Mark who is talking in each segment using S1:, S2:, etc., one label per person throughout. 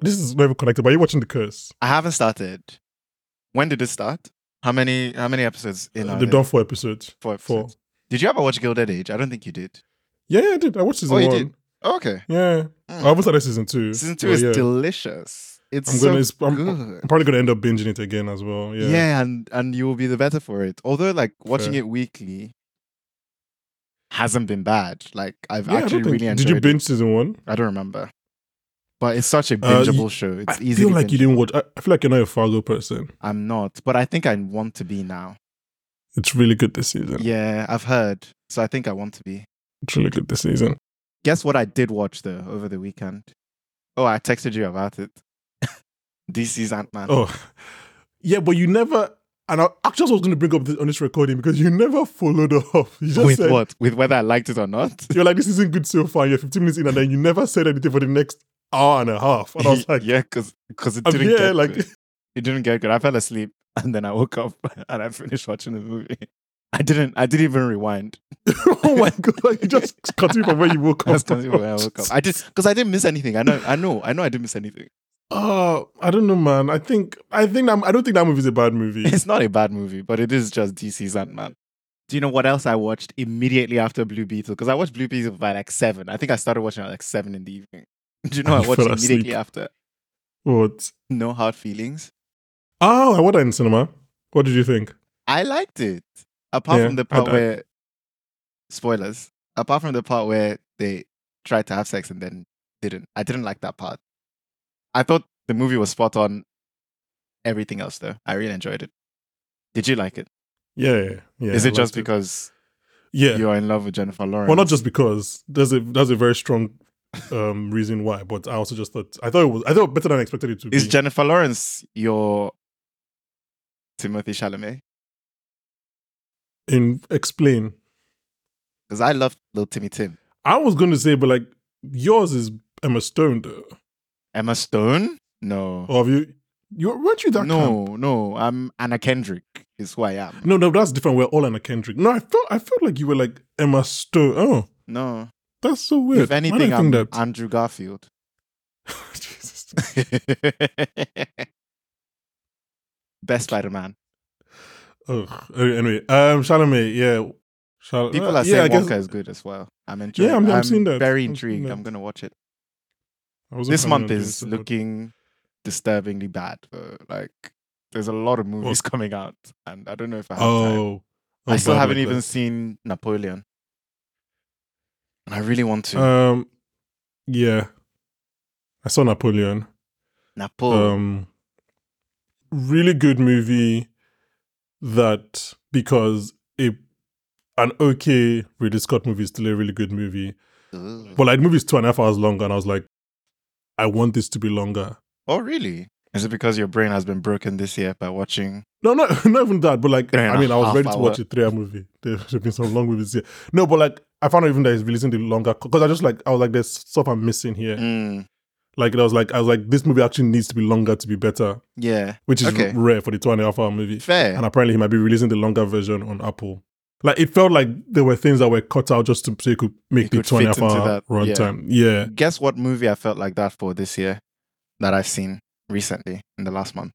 S1: This is never connected, but you're watching The Curse.
S2: I haven't started. When did it start? How many how many episodes in are
S1: They've
S2: there?
S1: uh, done four episodes.
S2: Four
S1: Four.
S2: episodes. Did you ever watch Gilded Age? I don't think you did.
S1: Yeah, yeah, I did. I watched season
S2: Oh,
S1: one.
S2: you did? okay.
S1: Yeah.
S2: Mm.
S1: I haven't started season two.
S2: Season two
S1: but
S2: is
S1: yeah.
S2: delicious. It's
S1: I'm
S2: so
S1: gonna- it's- I'm-
S2: good.
S1: I'm probably gonna end up binging it again as well.
S2: yeah.
S1: Yeah.
S2: and and you will be the better for it. Although, like watching it weekly hasn't been bad. Like I've
S1: Yeah, I don't
S2: actually
S1: think-
S2: really enjoyed.
S1: Did you
S2: it.
S1: binge season one?
S2: I don't remember, but it's such a
S1: Uh,
S2: bingeable show. It's
S1: I
S2: easy.
S1: feel like you didn't watch. I, I feel like you're not a Fargo person.
S2: I'm not, but I think I want to be now.
S1: It's really good this season.
S2: Yeah, I've heard, so I think I want to be.
S1: It's really good this season.
S2: Guess what I did watch though over the weekend? Oh, I texted you about it. DC's Ant Man.
S1: Oh, yeah, but you never. And I actually was going to bring up this on this recording because you never followed up. You just
S2: With
S1: said,
S2: what? With whether I liked it or not?
S1: You're like, this isn't good so far. You're 15 minutes in, and then you never said anything for the next hour and a half. And I was like,
S2: yeah, because because it
S1: I'm
S2: didn't
S1: here,
S2: get
S1: like-
S2: good. it didn't get good. I fell asleep and then I woke up and I finished watching the movie. I didn't. I didn't even rewind.
S1: oh my god, like, you just continue from where you woke
S2: I
S1: up.
S2: just continued where I woke up. I just because I didn't miss anything. I know. I know. I know. I didn't miss anything.
S1: Uh, I don't know, man. I think I think that, I don't think that movie is a bad movie.
S2: It's not a bad movie, but it is just DC's Ant Man. Do you know what else I watched immediately after Blue Beetle? Because I watched Blue Beetle by like seven. I think I started watching at like seven in the evening. Do you know I
S1: You
S2: watched
S1: fell
S2: immediately
S1: asleep.
S2: after
S1: What?
S2: No Hard Feelings?
S1: Oh, I watched that in cinema. What did you think?
S2: I liked it. Apart
S1: Yeah,
S2: from the
S1: I
S2: part
S1: don't-
S2: where spoilers. Apart from the part where they tried to have sex and then didn't. I didn't like that part. I thought the movie was spot on everything else though. I really enjoyed it. Did you like it?
S1: Yeah, yeah. yeah,
S2: Is
S1: I
S2: it just
S1: liked
S2: because
S1: Yeah.
S2: you're in love with Jennifer Lawrence?
S1: Well, not just because there's a there's a very strong um reason why, but I also just thought I thought it was I thought better than I expected it to
S2: Is
S1: be.
S2: Jennifer Lawrence your Timothy Chalamet?
S1: in explain,
S2: Because I love Little Timmy Tim.
S1: I was going to say, but like yours is Emma Stone, though.
S2: Emma Stone? No.
S1: Or have you you weren't you Oh, that camp?
S2: no, no. I'm Anna Kendrick. Is who I am.
S1: No, no, that's different. We're all Anna Kendrick. No, I felt I felt like you were like Emma Stone. Oh,
S2: No.
S1: that's so weird.
S2: If
S1: Why did I
S2: anything, I'm
S1: think that.
S2: Andrew Garfield.
S1: Jesus.
S2: Best Spider-Man.
S1: Ugh. Anyway, um, Chalamet, yeah, Chal-
S2: People
S1: uh,
S2: are saying
S1: yeah, I guess-
S2: Wonka is good as well. I'm enjoying.
S1: I'm- I'm seeing that.
S2: Very
S1: I'm seeing
S2: intrigued.
S1: that.
S2: I'm gonna watch it.
S1: I wasn't
S2: This
S1: planning
S2: month
S1: on doing
S2: is
S1: so, but-
S2: looking disturbingly bad. Though. Like, there's a lot of movies coming out, and I don't know if I have time.
S1: Oh,
S2: I
S1: oh,
S2: still
S1: bad
S2: haven't
S1: like
S2: even
S1: that.
S2: seen Napoleon. And I really want to.
S1: Um, yeah, I saw Napoleon.
S2: Napoleon.
S1: Um, really good movie. That because a an okay Ridley Scott movie is still a really good movie.
S2: Ugh.
S1: But like the movie is two and a half hours long, and I was like, I want this to be longer.
S2: oh, really? Is it because your brain has been broken this year by watching?
S1: No, no, not even that. But like,
S2: Three and
S1: I
S2: a
S1: mean, I was
S2: half
S1: ready to watch
S2: hour.
S1: a three-hour movie. There have been some long movies here. No, but like, I found out even that it's releasing the longer because I just like I was like, there's stuff I'm missing here.
S2: Mm,
S1: Like, I was like, I was like, this movie actually needs to be longer to be better,
S2: yeah.
S1: which is
S2: Okay.
S1: rare for the two and a half hour movie.
S2: Fair.
S1: And apparently, he might be releasing the longer version on Apple. Like, it felt like there were things that were cut out just to, so you could make
S2: It
S1: the
S2: could
S1: two and a half
S2: fit into
S1: hour
S2: that, yeah.
S1: runtime. Yeah.
S2: Guess what movie I felt like that for this year that I've seen recently in the last month?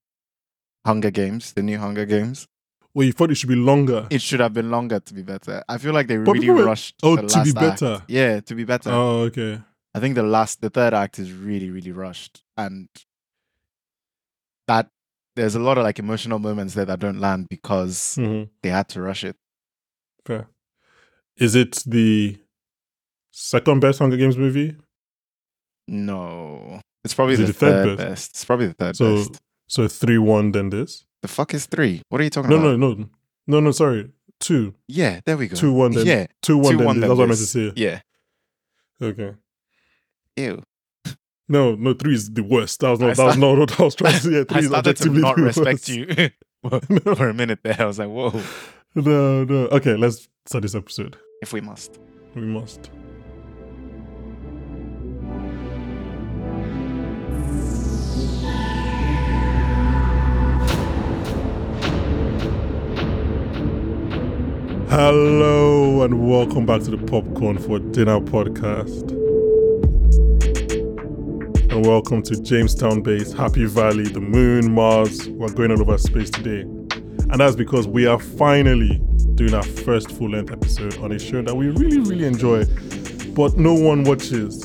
S2: Hunger Games, the new Hunger Games.
S1: Well, you thought it should be longer.
S2: It should have been longer to be better. I feel like they
S1: But
S2: really
S1: people were-
S2: rushed.
S1: oh,
S2: the
S1: to be
S2: last act.
S1: better.
S2: Yeah, to be better.
S1: Oh, okay.
S2: I think the last, the third act is really, really rushed, and that there's a lot of like emotional moments there that don't land because
S1: hmm
S2: they had to rush it.
S1: Fair. Is it the second best Hunger Games movie?
S2: No, it's probably
S1: Is
S2: the,
S1: it the
S2: third,
S1: third
S2: best? It's probably the third
S1: So-
S2: best.
S1: So three one, then this.
S2: The fuck is three? What are you talking
S1: No,
S2: about?
S1: no, no, no, no. Sorry, two,
S2: Yeah, there we go.
S1: two one, then
S2: yeah,
S1: two one,
S2: two
S1: then
S2: one.
S1: this.
S2: then
S1: That's what I meant to
S2: this.
S1: say.
S2: Yeah.
S1: Okay.
S2: Ew.
S1: No, no, three is the worst. That was
S2: I
S1: not. That was
S2: sta-
S1: not what I was trying to say. Yeah, Three
S2: I
S1: is
S2: started to
S1: objectively
S2: not
S1: the
S2: respect
S1: worst.
S2: you for a minute there. I was like, whoa,
S1: No, no. Okay, let's start this episode.
S2: if we must.
S1: We must. Hello and welcome back to the Popcorn for Dinner podcast. and welcome to Jamestown based Happy Valley, the moon, Mars. We're going all over space today. And that's because we are finally doing our first full length episode on a show that we really, really enjoy, but no one watches.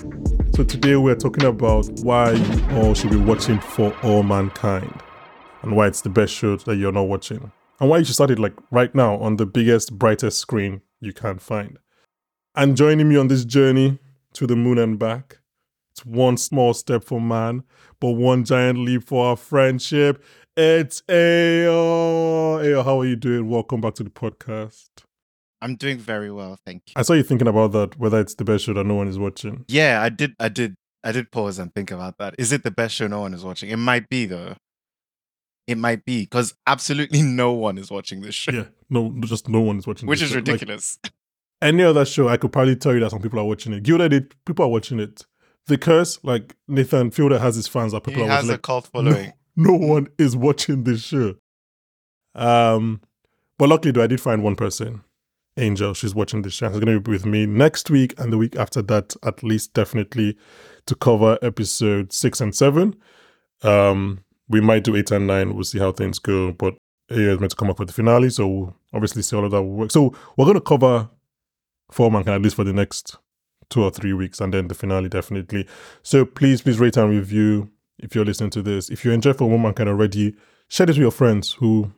S1: So today we're talking about why you all should be watching For All Mankind and why it's the best show that you're not watching and why you should start it like right now on the biggest, brightest screen you can find. And joining me on this journey to the moon and back. It's one small step for man, but one giant leap for our friendship. It's Ayo. Ayo, how are you doing? Welcome back to the podcast.
S2: I'm doing very well, thank you.
S1: I saw you thinking about that, whether it's the best show that no one is watching.
S2: Yeah, I did I did I did pause and think about that. Is it the best show no one is watching? It might be though. It might be because absolutely no one is watching this show,
S1: Yeah, no, just no one is watching.
S2: which
S1: this
S2: is
S1: show. Like,
S2: ridiculous.
S1: any other show, I could probably tell you that some people are watching it. Gilda did, people are watching it. The Curse, like Nathan Fielder has his fans that
S2: he
S1: people are
S2: has
S1: watching.
S2: a
S1: it.
S2: cult following.
S1: no one is watching this show. Um, but luckily, though, I did find one person, Angel. She's watching this show. She's going to be with me next week and the week after that, at least definitely, to cover episode six and seven. Um, we might do eight and nine. We'll see how things go. But Aya is meant to come up with the finale, so we'll obviously see all of that will work. So we're going to cover four mankind at least for the next two or three weeks, and then the finale definitely. So please, please rate and review if you're listening to this. If you enjoy For Woman Kind already, share this with your friends who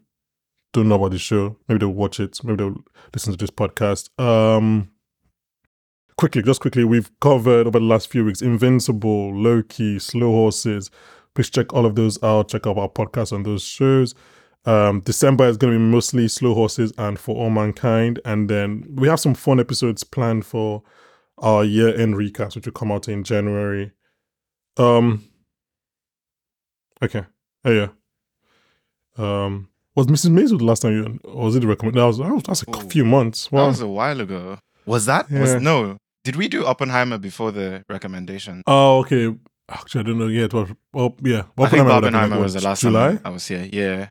S1: don't know about the show. Maybe they'll watch it. Maybe they'll listen to this podcast. Um, quickly, just quickly, we've covered over the last few weeks Invincible, Loki, Slow Horses. Please check all of those out. Check out our podcast on those shows. Um, December is going to be mostly Slow Horses and For All Mankind. And then we have some fun episodes planned for our year end recaps, which will come out in January. Um. Okay. Oh yeah. Um. Was Mrs. Maisel the last time you? Or was it the recommend? That was, that was that's a
S2: Ooh.
S1: few months. Wow.
S2: That was a while ago. Was that? Was
S1: Yeah.
S2: no. Did we do Oppenheimer before the recommendation?
S1: oh okay. Actually, I don't know. Yeah, it was. Well, yeah.
S2: I think
S1: Oppenheimer, like,
S2: Oppenheimer
S1: what,
S2: was the last
S1: July.
S2: time I was here. Yeah.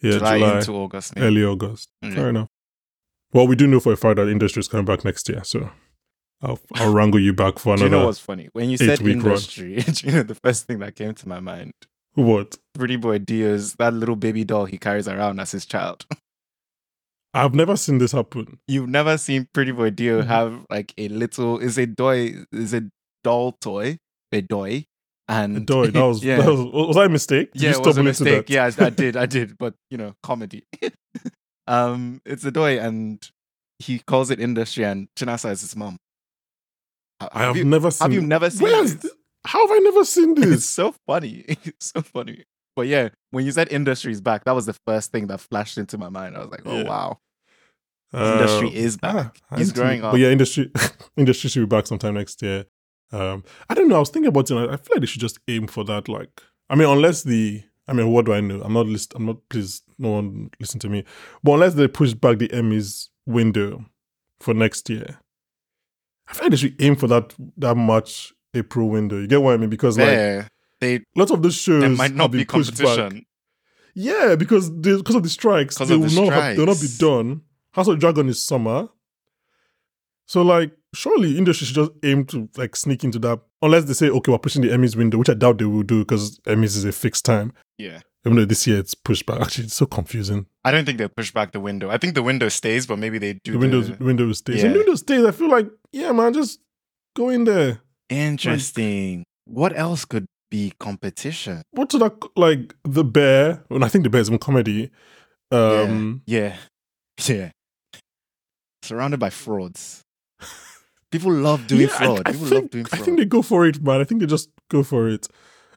S1: Yeah,
S2: July,
S1: July,
S2: into Mm-hmm. August. maybe.
S1: early August.
S2: Yeah.
S1: Fair enough. Well, we do know for a fact that industry is coming back next year, so I'll, I'll wrangle you back for
S2: Do
S1: another.
S2: you know what's funny? When you said
S1: eight-week run.
S2: industry, do you know the first thing that came to my mind?
S1: what?
S2: Pretty boy Dio's that little baby doll he carries around as his child.
S1: I've never seen this happen.
S2: You've never seen Pretty Boy Dio
S1: Mhm.
S2: have like a little is a doy is a doll toy a doy and
S1: Doy, that was,
S2: Mm. yeah
S1: that was was that a mistake? Did
S2: yeah
S1: you
S2: it was a
S1: stumble into
S2: mistake
S1: that?
S2: yeah I, I did I did but you know comedy um it's a doy and he calls it industry and Chinasa is his mom. Ha-
S1: I have
S2: you,
S1: never seen.
S2: have you never seen
S1: Where is
S2: this?
S1: thi- How have I never seen
S2: It's
S1: this?
S2: so funny. It's so funny. But yeah, when you said industry's back, that was the first thing that flashed into my mind. I was like, oh
S1: Yeah.
S2: wow,
S1: Uh,
S2: industry is back.
S1: ah, I
S2: He's
S1: need to-
S2: growing up.
S1: But yeah, industry industry should be back sometime next year. Um, I don't know. I was thinking about it. And I I feel like they should just aim for that. Like, I mean, unless the, I mean, what do I know? I'm not list. I'm not. Please, no one listen to me. But unless they push back the Emmys window for next year, I feel like they should aim for that that March April window. You get what I mean? Because like
S2: There, they
S1: lots of those shows
S2: there might
S1: have
S2: not
S1: been
S2: be
S1: pushed back.
S2: competition.
S1: Yeah, because the, because of the strikes,
S2: 'Cause
S1: they
S2: of
S1: will
S2: the
S1: not have, they'll not be
S2: strikes.
S1: done. House of Dragon is summer, so like surely industry should just aim to like sneak into that. Unless they say okay, we're pushing the Emmys window, which I doubt they will do because Emmys is a fixed time.
S2: Yeah,
S1: Even though this year it's pushed back. Actually, it's so confusing.
S2: I don't think they'll push back the window. I think the window stays, but maybe they do
S1: the windows
S2: the-
S1: window stays.
S2: yeah.
S1: And window stays. I feel like yeah, man, just go in there.
S2: Interesting. what else could be competition?
S1: What's that like the bear? And I think the bear is in comedy. Um,
S2: Yeah, yeah. Surrounded by frauds. People love doing
S1: Yeah, I-
S2: fraud.
S1: I,
S2: People
S1: think,
S2: love doing fraud.
S1: I think they go for it, man. I think they just go for it.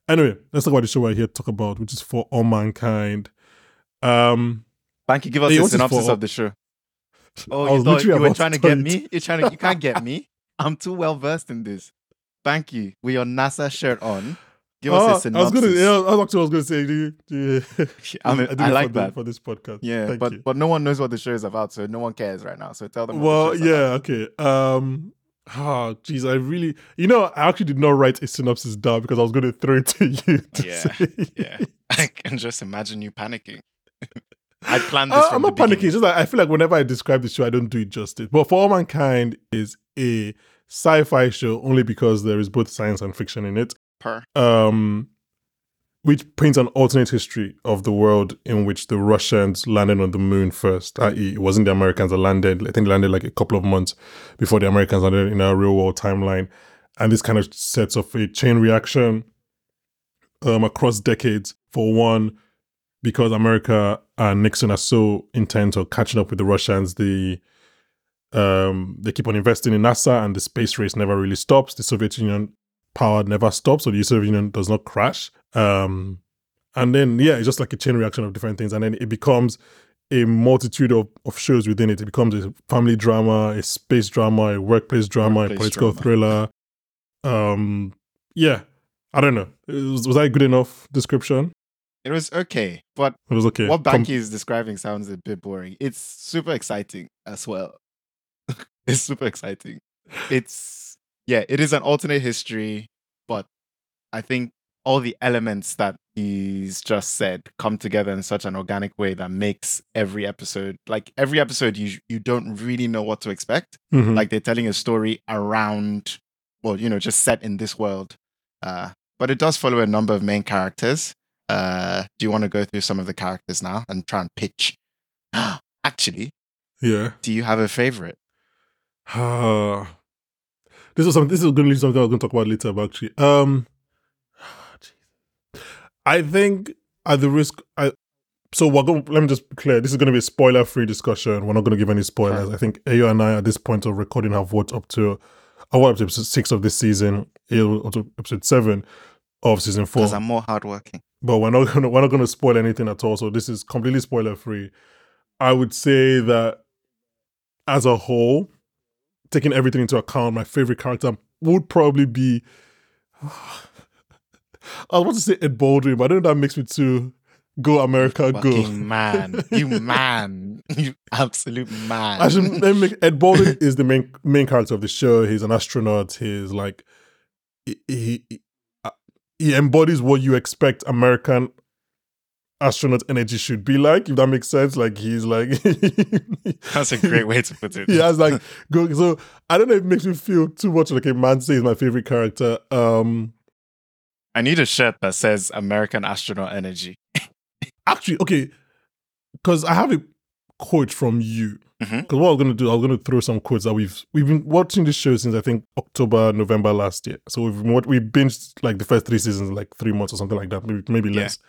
S1: Anyway, let's talk about the show we're here to talk about, which is for all mankind. Um,
S2: Banky, give us
S1: Hey,
S2: a
S1: what's it
S2: synopsis
S1: for?
S2: of the show.
S1: I
S2: Oh, you
S1: was
S2: thought
S1: literally
S2: you were
S1: about
S2: trying to
S1: tell
S2: get
S1: you
S2: me? You're trying to, you can't get me. I'm too well versed in this. Thank you. With your NASA shirt on, give us a
S1: Oh, I was
S2: synopsis.
S1: gonna, yeah, I was actually I was gonna say, do you, do you-
S2: I mean,
S1: did
S2: I
S1: it
S2: like
S1: for
S2: that.
S1: the, for this podcast.
S2: Yeah,
S1: Thank
S2: but
S1: you.
S2: but no one knows what the show is about, so no one cares right now. So tell them. what the
S1: well,
S2: show's about.
S1: yeah, okay. Um, ah, jeez, I really, you know, I actually did not write a synopsis down because I was gonna throw it to you. To
S2: Yeah,
S1: say.
S2: yeah. I can just imagine you panicking. I planned this
S1: Uh,
S2: from
S1: I'm
S2: the
S1: not panicking.
S2: beginning.
S1: It's just that I feel like whenever I describe the show, I don't do it justice. But For All Mankind is a sci-fi show only because there is both science and fiction in it.
S2: Per.
S1: um, which paints an alternate history of the world in which the Russians landed on the moon first, i.e., it wasn't the Americans that landed. I think they landed like a couple of months before the Americans landed in our real world timeline. And this kind of sets off a chain reaction um, across decades. For one, because America and Nixon are so intent on catching up with the Russians, the um, they keep on investing in NASA and the space race never really stops. The Soviet Union power never stops, so the Soviet Union does not crash. Um, and then, yeah, it's just like a chain reaction of different things. And then it becomes a multitude of, of shows within it. It becomes a family drama, a space drama, a workplace drama, a
S2: Workplace
S1: political
S2: drama.
S1: thriller. Um, yeah, I don't know. Was, was that a good enough description?
S2: It was okay, but
S1: It was okay.
S2: what
S1: Com-
S2: Banky is describing sounds a bit boring. It's super exciting as well. it's super exciting. It's yeah, it is an alternate history, but I think all the elements that he's just said come together in such an organic way that makes every episode like every episode you you don't really know what to expect
S1: Mhm.
S2: like they're telling a story around well you know just set in this world uh, but it does follow a number of main characters uh, do you want to go through some of the characters now and try and pitch actually
S1: yeah.
S2: do you have a favorite
S1: Ah. this is something. This is going to be something I was going to talk about later. But actually, um,
S2: Ah,
S1: jeez. I think at the risk, I so we're going. Let me just be clear. This is going to be a spoiler-free discussion. We're not going to give any spoilers.
S2: Sure.
S1: I think Ayo and I, at this point of recording, have watched up to I watched episode six of this season, Ayo up to episode seven of season four.
S2: because i'm more hardworking
S1: but we're not gonna we're not gonna spoil anything at all. So this is completely spoiler free. I would say that as a whole, taking everything into account, my favorite character would probably be I was about to say Ed Baldwin, but I don't know if that makes me too go America
S2: fucking
S1: go.
S2: man you man you absolute man
S1: I should let me make, Ed Baldwin is the main main character of the show. He's an astronaut. He's like he he, he- uh, he embodies what you expect American astronaut energy should be like. If that makes sense, like he's like
S2: that's a great way to put it
S1: he has like go. So I don't know. If it makes me feel too much like a man. Say is my favorite character. Um,
S2: i need a shirt that says american astronaut energy
S1: actually, okay, because I have a quote from you. Because
S2: Mhm.
S1: what I was gonna do, I was gonna throw some quotes that we've we've been watching this show since I think October, November last year. So we've been what we binged like the first three seasons, in, like three months or something like that, maybe maybe
S2: Yeah.
S1: less.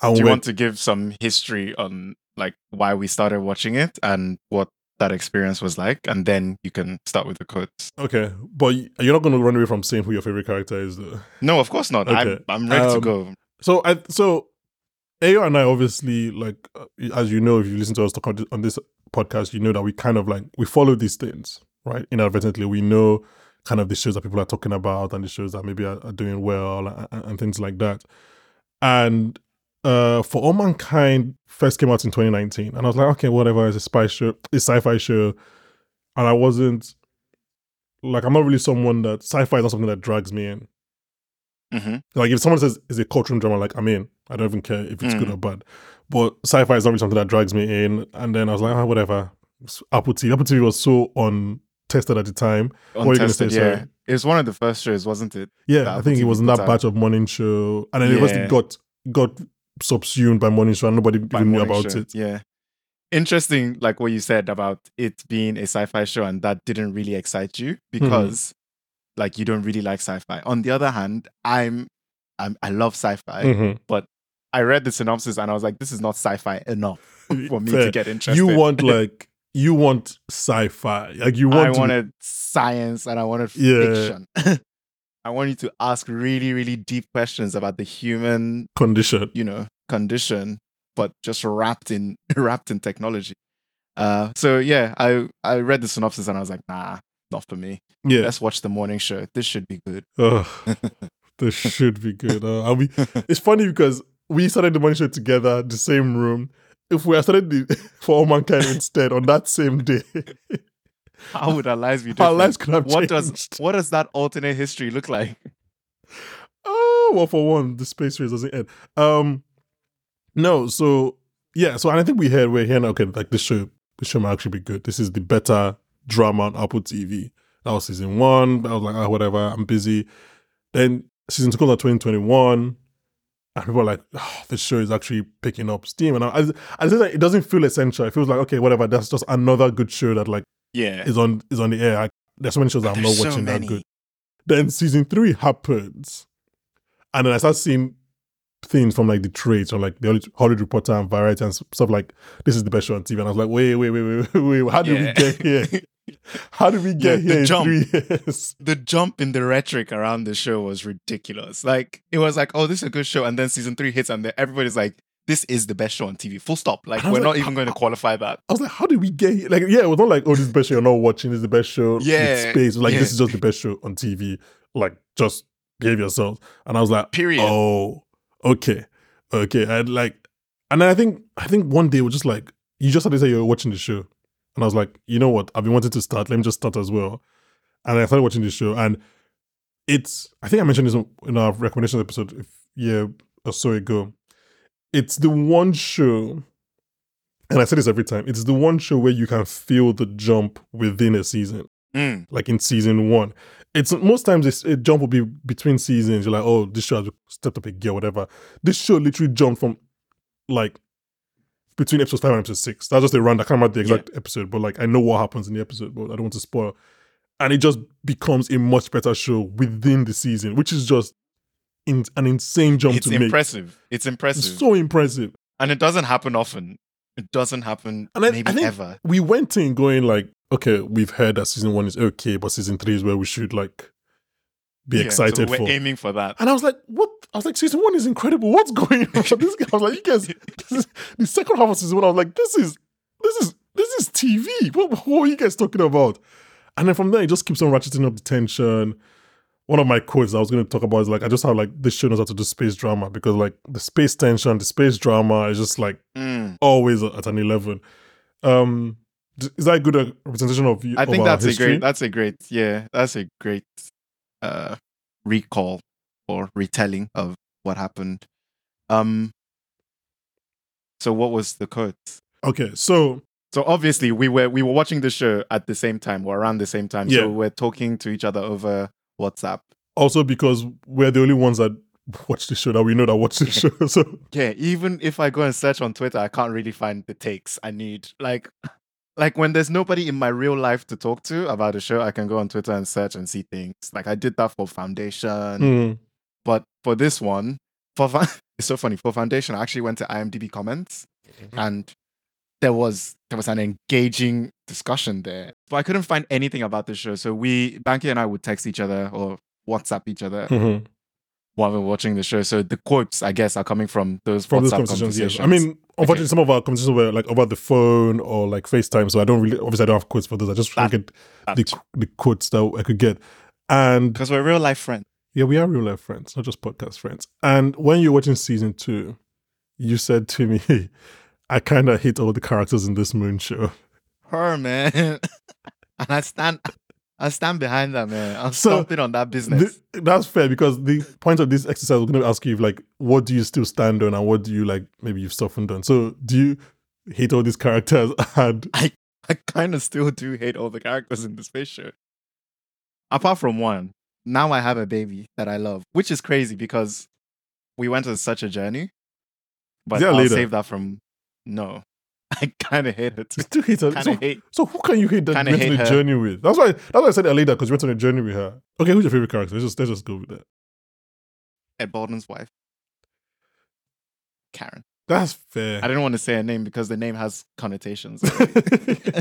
S1: And
S2: do you
S1: we're-
S2: want to give some history on like why we started watching it and what that experience was like and then you can start with the quotes
S1: okay, but you're not gonna run away from saying who your favorite character is, though.
S2: no of course not
S1: Okay.
S2: I'm, I'm ready
S1: Um,
S2: to go
S1: So I so Ayo and I obviously like uh, as you know if you listen to us talk on thi- on this podcast you know that we kind of like we follow these things right inadvertently we know kind of the shows that people are talking about and the shows that maybe are, are doing well and, and things like that and uh for all mankind first came out in 2019 and I was like okay whatever it's a spy show it's a sci-fi show and I wasn't like I'm not really someone that sci-fi is not something that drags me in
S2: hmm
S1: like if someone says it's a courtroom drama, like I'm in. I don't even care if it's good
S2: Mm.
S1: or bad. But sci-fi is not really something that drags me in. And then I was like, ah, whatever. It's Apple TV. Apple TV was so untested at the time. What were you gonna
S2: Untested,
S1: say,
S2: yeah
S1: sorry?
S2: it was one of the first shows wasn't it
S1: Yeah,
S2: That
S1: I think
S2: Apple
S1: it was
S2: TV
S1: in that
S2: put out.
S1: batch of morning show, and then it
S2: Yeah.
S1: eventually got got subsumed by morning show, and nobody
S2: by
S1: even knew
S2: Morning
S1: about
S2: Show.
S1: it.
S2: yeah interesting like what you said about it being a sci-fi show and that didn't really excite
S1: Hmm.
S2: you because like you don't really like sci-fi on the other hand i'm, I'm i love sci-fi
S1: Mhm.
S2: i read the synopsis and i was like this is not sci-fi enough for me
S1: Fair.
S2: to get interested
S1: you want like you want sci-fi, like you
S2: I
S1: want. to-
S2: wanted science and I wanted
S1: Yeah.
S2: fiction. I want you to ask really, really deep questions about the human,
S1: condition.
S2: you know, condition, but just wrapped in wrapped in technology. Uh, so yeah, I I read the synopsis and I was like, nah, not for me.
S1: Yeah,
S2: Let's watch the morning show. This should be good.
S1: Ugh, this should be good. Uh, and we, it's funny because we started the morning show together, the same room. If we had started the For All Mankind instead on that same day,
S2: How would our lives be different?
S1: our lives could have changed.
S2: what does what does that alternate history look like?
S1: Oh, well, for one, the space race doesn't end. Um, no, so yeah, so I think we had we're here now. Okay, like this show, this show might actually be good. This is the better drama on Apple TV. That was season one. I was like, ah, whatever, I'm busy. Then season two comes out 2021. And people are like, oh, this show is actually picking up steam. And I, I, I just like, it doesn't feel essential. It feels like, okay, whatever, that's just another good show that like
S2: Yeah.
S1: is on is on the air. I, there's so many shows that I'm not
S2: There's so
S1: watching
S2: many.
S1: that good. Then season three happens. And then I start seeing things from like the trades or like the Hollywood- Hollywood Reporter and Variety and s- stuff like this is the best show on TV. And I was like, wait, wait, wait, wait, wait, wait. How did we
S2: Yeah.
S1: get here? How did we get
S2: the
S1: here in
S2: jump.
S1: three years?
S2: the jump in the rhetoric around the show was ridiculous. Like it was like, oh, this is a good show, and then season three hits, and then everybody's like, this is the best show on TV. Full stop. Like
S1: And I was
S2: we're
S1: like,
S2: not even going to qualify that.
S1: I was like, how did we get here? Like, yeah, it was not like, oh, this is the best show you're not watching, this is the best show
S2: Yeah,
S1: with space. It was like, this
S2: yeah.
S1: is just the best show on TV. Like, just behave yourselves. And I was like,
S2: Period.
S1: Oh, okay, okay. I like, and then I think I think one day we're just like, you just had to say you were watching the show, and I was like, you know what? I've been wanting to start. Let me just start as well. And I started watching the show, and it's. I think I mentioned this in our recommendations episode a year or so ago. It's the one show, and I say this every time. It's the one show where you can feel the jump within a season
S2: Mm.
S1: like in season one. It's most times it's, a jump will be between seasons. You're like, oh, this show has stepped up a gear, whatever. This show literally jumped from like between episodes five and episode six. That's just a round. I can't remember the
S2: Yeah.
S1: exact episode, but like I know what happens in the episode, but I don't want to spoil. And it just becomes a much better show within the season, which is just in, an insane jump
S2: It's
S1: to make.
S2: impressive. It's impressive,
S1: It's so impressive.
S2: and it doesn't happen often. It doesn't happen
S1: And I-
S2: maybe
S1: I think-
S2: ever.
S1: we went in going like, okay, we've heard that season one is okay, but season three is where we should like be
S2: Yeah, so
S1: excited
S2: we're
S1: for.
S2: aiming for that.
S1: and I was like, what? I was like, season one is incredible. What's going on? this guy I was like, you guys, this is, the second half of season one, I was like, this is, this is, this is TV. What, what are you guys talking about? And then from there, it just keeps on ratcheting up the tension. One of my quotes I was going to talk about is like, I just have like, this show knows how to do space drama because like the space tension, the space drama is just like,
S2: Mm.
S1: always at an 11 um d- is that a good uh, representation of you
S2: I think that's a great.
S1: that's
S2: That's a great. Yeah, that's a great uh, recall or retelling of what happened. Um. So what was the quote?
S1: okay so
S2: So obviously we were we were watching the show at the same time or around the same time.
S1: Yeah.
S2: So we were talking to each other over WhatsApp.
S1: also because we're the only ones that watch the show that we know that watch the show so
S2: Yeah, even if I go and search on Twitter, I can't really find the takes I need. Like like when there's nobody in my real life to talk to about a show, I can go on Twitter and search and see things. Like I did that for Foundation,
S1: mm,
S2: but for this one, for Fo- it's so funny. For Foundation, I actually went to IMDb comments,
S1: Mm-hmm.
S2: and there was there was an engaging discussion there. But I couldn't find anything about the show. So we Banky and I would text each other or WhatsApp each other
S1: mhm.
S2: while we we're watching the show. So the quotes, I guess, are coming from those
S1: from
S2: WhatsApp
S1: those
S2: conversations.
S1: conversations, yes i mean unfortunately some of our conversations were like over the phone or like facetime so i don't really obviously i don't have quotes for those i just
S2: That-
S1: think it the, the quotes that i could get and
S2: because we're real life friends.
S1: Yeah, we are real life friends, not just podcast friends. And when you're watching season two, you said to me, I kind of hate all the characters in this moon show.
S2: Her man, and I stand, I stand behind that man. I'm
S1: So,
S2: stomping on that business.
S1: Th- that's fair because the point of this exercise was going to ask you, if, like, what do you still stand on and what do you, like, maybe you've softened on? So do you hate all these characters? And
S2: I kind of still do hate all the characters in the space show. Apart from one, now I have a baby that I love, which is crazy because we went on such a journey. But
S1: there a
S2: I'll
S1: leader?
S2: save that from no. I kind of hate her
S1: you
S2: too.
S1: still hate her.
S2: Kind
S1: So,
S2: of hate.
S1: so who can you hate that
S2: Kinda
S1: you went on
S2: hate
S1: a
S2: her.
S1: journey with? That's why, that's why I said earlier because you went on a journey with her. Okay, who's your favorite character? Let's just, let's just go with that.
S2: Ed Baldwin's wife, Karen.
S1: That's fair.
S2: I didn't want to say her name because the name has connotations.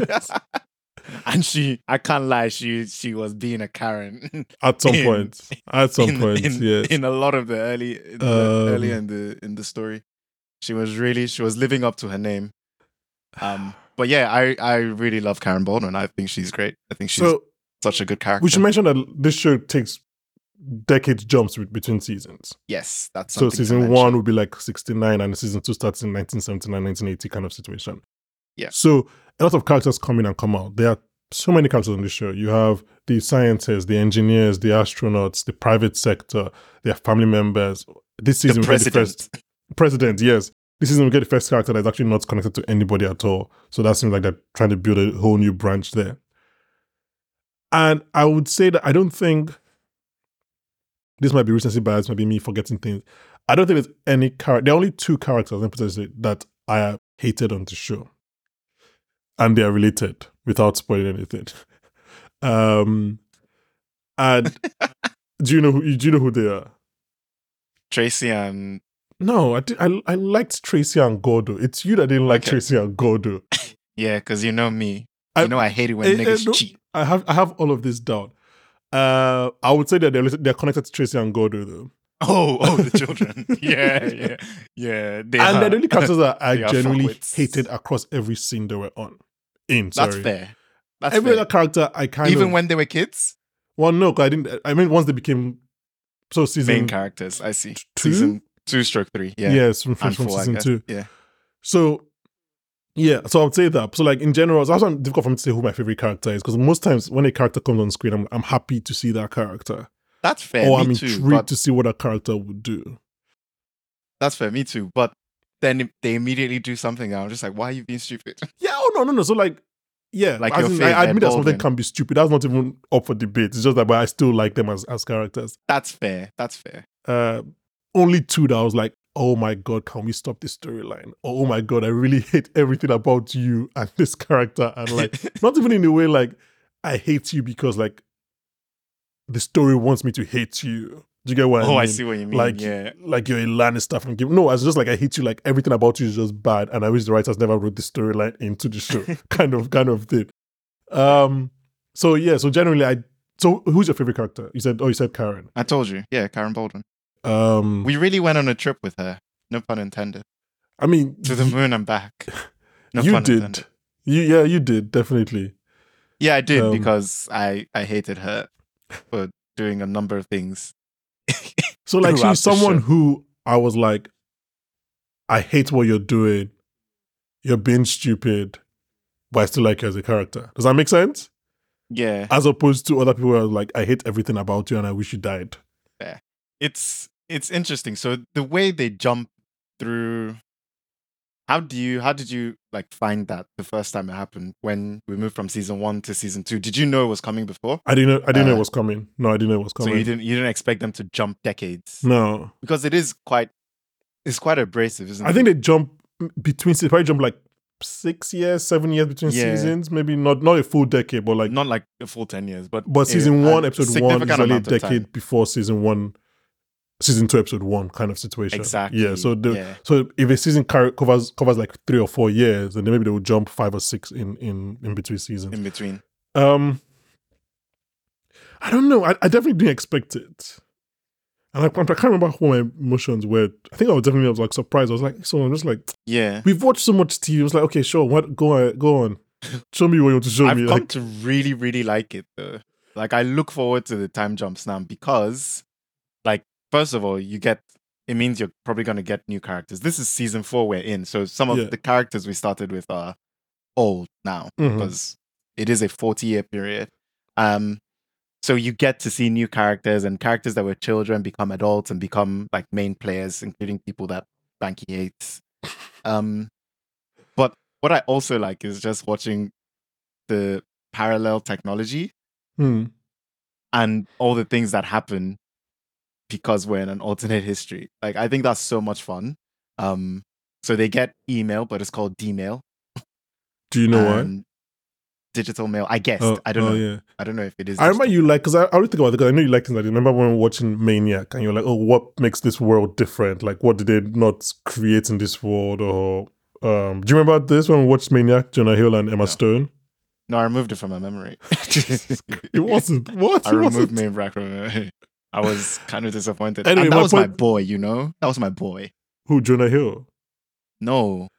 S1: Yes.
S2: and she, I can't lie, she she was being a Karen.
S1: At some
S2: In-
S1: point. At some
S2: in,
S1: point,
S2: in,
S1: yes.
S2: in a lot of the early in the-
S1: Um,
S2: earlier in the in the story she was really she was living up to her name um but yeah i i really love karen baldwin i think she's great i think she's
S1: so
S2: such a good character
S1: we should mention that this show takes decade jumps with- between seasons.
S2: yes that's
S1: So
S2: something to
S1: season
S2: mention.
S1: one would be like 69 and season two starts in 1979, 1980 kind of situation.
S2: Yeah.
S1: So a lot of characters come in and come out. There are so many characters on this show. You have the scientists, the engineers, the astronauts, the private sector, their family members. This
S2: the
S1: season we get the
S2: president
S1: first president, yes. This season we get the first character that's actually not connected to anybody at all. So that seems like they're trying to build a whole new branch there. And I would say that I don't think This might be recency bias, might be me forgetting things. I don't think there's any character. There are only two characters let me put it this way, that I hated on the show, and they are related without spoiling anything. Um, and do you know who? Do you know who they are?
S2: Tracy um, and
S1: No, I, did, I I liked Tracy and Gordo. It's you that didn't like
S2: Okay.
S1: Tracy and Gordo.
S2: yeah, because you know me.
S1: I-
S2: you know I hate it when
S1: Eh, eh,
S2: niggas
S1: no.
S2: cheat.
S1: I have I have all of this down. Uh, I would say that they're they're connected to Tracy and Gordo though,
S2: Oh, oh, the children. yeah, yeah, yeah. They
S1: and
S2: are.
S1: they're the only characters that I
S2: They are
S1: genuinely
S2: fuckwits.
S1: hated across every scene they were on. In sorry,
S2: That's fair. That's
S1: every
S2: fair.
S1: other character I kind
S2: Even
S1: of
S2: when they were kids,
S1: well no, 'cause I didn't. I mean, once they became so
S2: main
S1: season
S2: characters. I see.
S1: two?
S2: Season two, stroke three. Yeah,
S1: yes from, from,
S2: and
S1: from
S2: four. I
S1: season
S2: guess.
S1: two.
S2: Yeah,
S1: So yeah, so I would say that. So like in general, that's why it's difficult for me to say who my favorite character is because most times when a character comes on screen, I'm I'm happy to see that character,
S2: that's fair.
S1: or
S2: me
S1: Oh, I'm
S2: too.
S1: intrigued
S2: But
S1: to see what a character would do.
S2: that's fair. Me too. But then they immediately do something. and I'm just like, why are you being stupid?
S1: Yeah, oh no, no, no. So like, yeah,
S2: Like
S1: like as
S2: your
S1: in, I- I
S2: fave,
S1: admit that something
S2: Baldwin.
S1: can be stupid. That's not even up for debate. It's just that, but I still like them as as characters.
S2: that's fair. That's fair.
S1: Uh, only two that I was like, oh my god, can we stop this storyline? Or, Oh my god, I really hate everything about you and this character, and like, not even in a way like I hate you because like the story wants me to hate you. Do you get what I
S2: oh,
S1: mean?
S2: I see what you mean.
S1: Like,
S2: yeah.
S1: like you're a Lannister from Game. No, I was just like I hate you. Like everything about you is just bad, and I wish the writers never wrote the storyline into the show. kind of, kind of thing. Um. So yeah. So generally, I. So who's your favorite character? You said. Oh, you said Karen.
S2: I told you. Yeah, Karen Baldwin.
S1: Um.
S2: We really went on a trip with her. No pun intended.
S1: I mean,
S2: To the moon and back. No
S1: you
S2: pun
S1: did.
S2: intended.
S1: You yeah, you did definitely.
S2: Yeah, I did
S1: Um,
S2: because I I hated her for doing a number of things.
S1: So like
S2: Throughout
S1: she's
S2: the
S1: someone
S2: show.
S1: who I was like, I hate what you're doing. You're being stupid, but I still like you as a character. Does that make sense?
S2: Yeah,
S1: As opposed to other people who are like, I hate everything about you and I wish you died.
S2: it's it's interesting. So the way they jump through how do you how did you like find that the first time it happened when we moved from season 1 to season 2? Did you know it was coming before?
S1: I didn't know I didn't know
S2: Uh,
S1: it was coming. No, I didn't know it was
S2: So you
S1: coming.
S2: didn't you didn't expect them to jump decades.
S1: no.
S2: Because it is quite it's quite abrasive, isn't
S1: I
S2: it?
S1: think they jump between se- probably jump like six years, seven years between
S2: Yeah.
S1: seasons. Maybe not not a full decade, but like
S2: not like a full 10 years, but
S1: but
S2: a-
S1: season
S2: a
S1: one, episode one,
S2: significant
S1: is only a
S2: amount of time.
S1: decade before season one, season two, episode one kind of situation.
S2: Exactly.
S1: Yeah. So the,
S2: yeah.
S1: so if a season car- covers covers like three or four years, then maybe they will jump five or six in in in between seasons.
S2: in between.
S1: Um, I don't know. I, I definitely didn't expect it, and I, I can't remember what my emotions were. I think I was definitely I was like surprised. I was like, so I'm just like,
S2: Yeah.
S1: we've watched so much TV. I was like, okay, sure, what? Go on, go on. Show me what you want to show
S2: I've
S1: me.
S2: come
S1: Like,
S2: to really, really like it though. Like I look forward to the time jumps now because, like, first of all, you get it means you're probably gonna get new characters. This is season four we're in, so some of
S1: Yeah.
S2: the characters we started with are old now
S1: mhm.
S2: because it is a forty year period. Um, so you get to see new characters and characters that were children become adults and become like main players, including people that Banky hates. Um, but what I also like is just watching the parallel technology
S1: Hmm.
S2: and all the things that happen because we're in an alternate history. Like I think that's so much fun. Um, so they get email, but it's called D-mail.
S1: do you know why? Oh,
S2: and Digital mail, I guess. Uh, I don't know.
S1: Yeah.
S2: I don't know if it is.
S1: I remember
S2: digital.
S1: you like because I, I always think about it because I know you like things like this. Remember when we were watching Maniac and you're like, oh, what makes this world different? Like, what did they not create in this world? Or um, do you remember this when we watched Maniac, Jonah Hill and Emma
S2: No.
S1: Stone?
S2: No, I removed it from my memory.
S1: It wasn't what
S2: I
S1: it
S2: removed
S1: wasn't.
S2: main rack from my memory. I was kind of disappointed.
S1: Anyway,
S2: and that
S1: my
S2: was my
S1: point-
S2: boy, you know? That was my boy.
S1: Who Jonah Hill?
S2: No.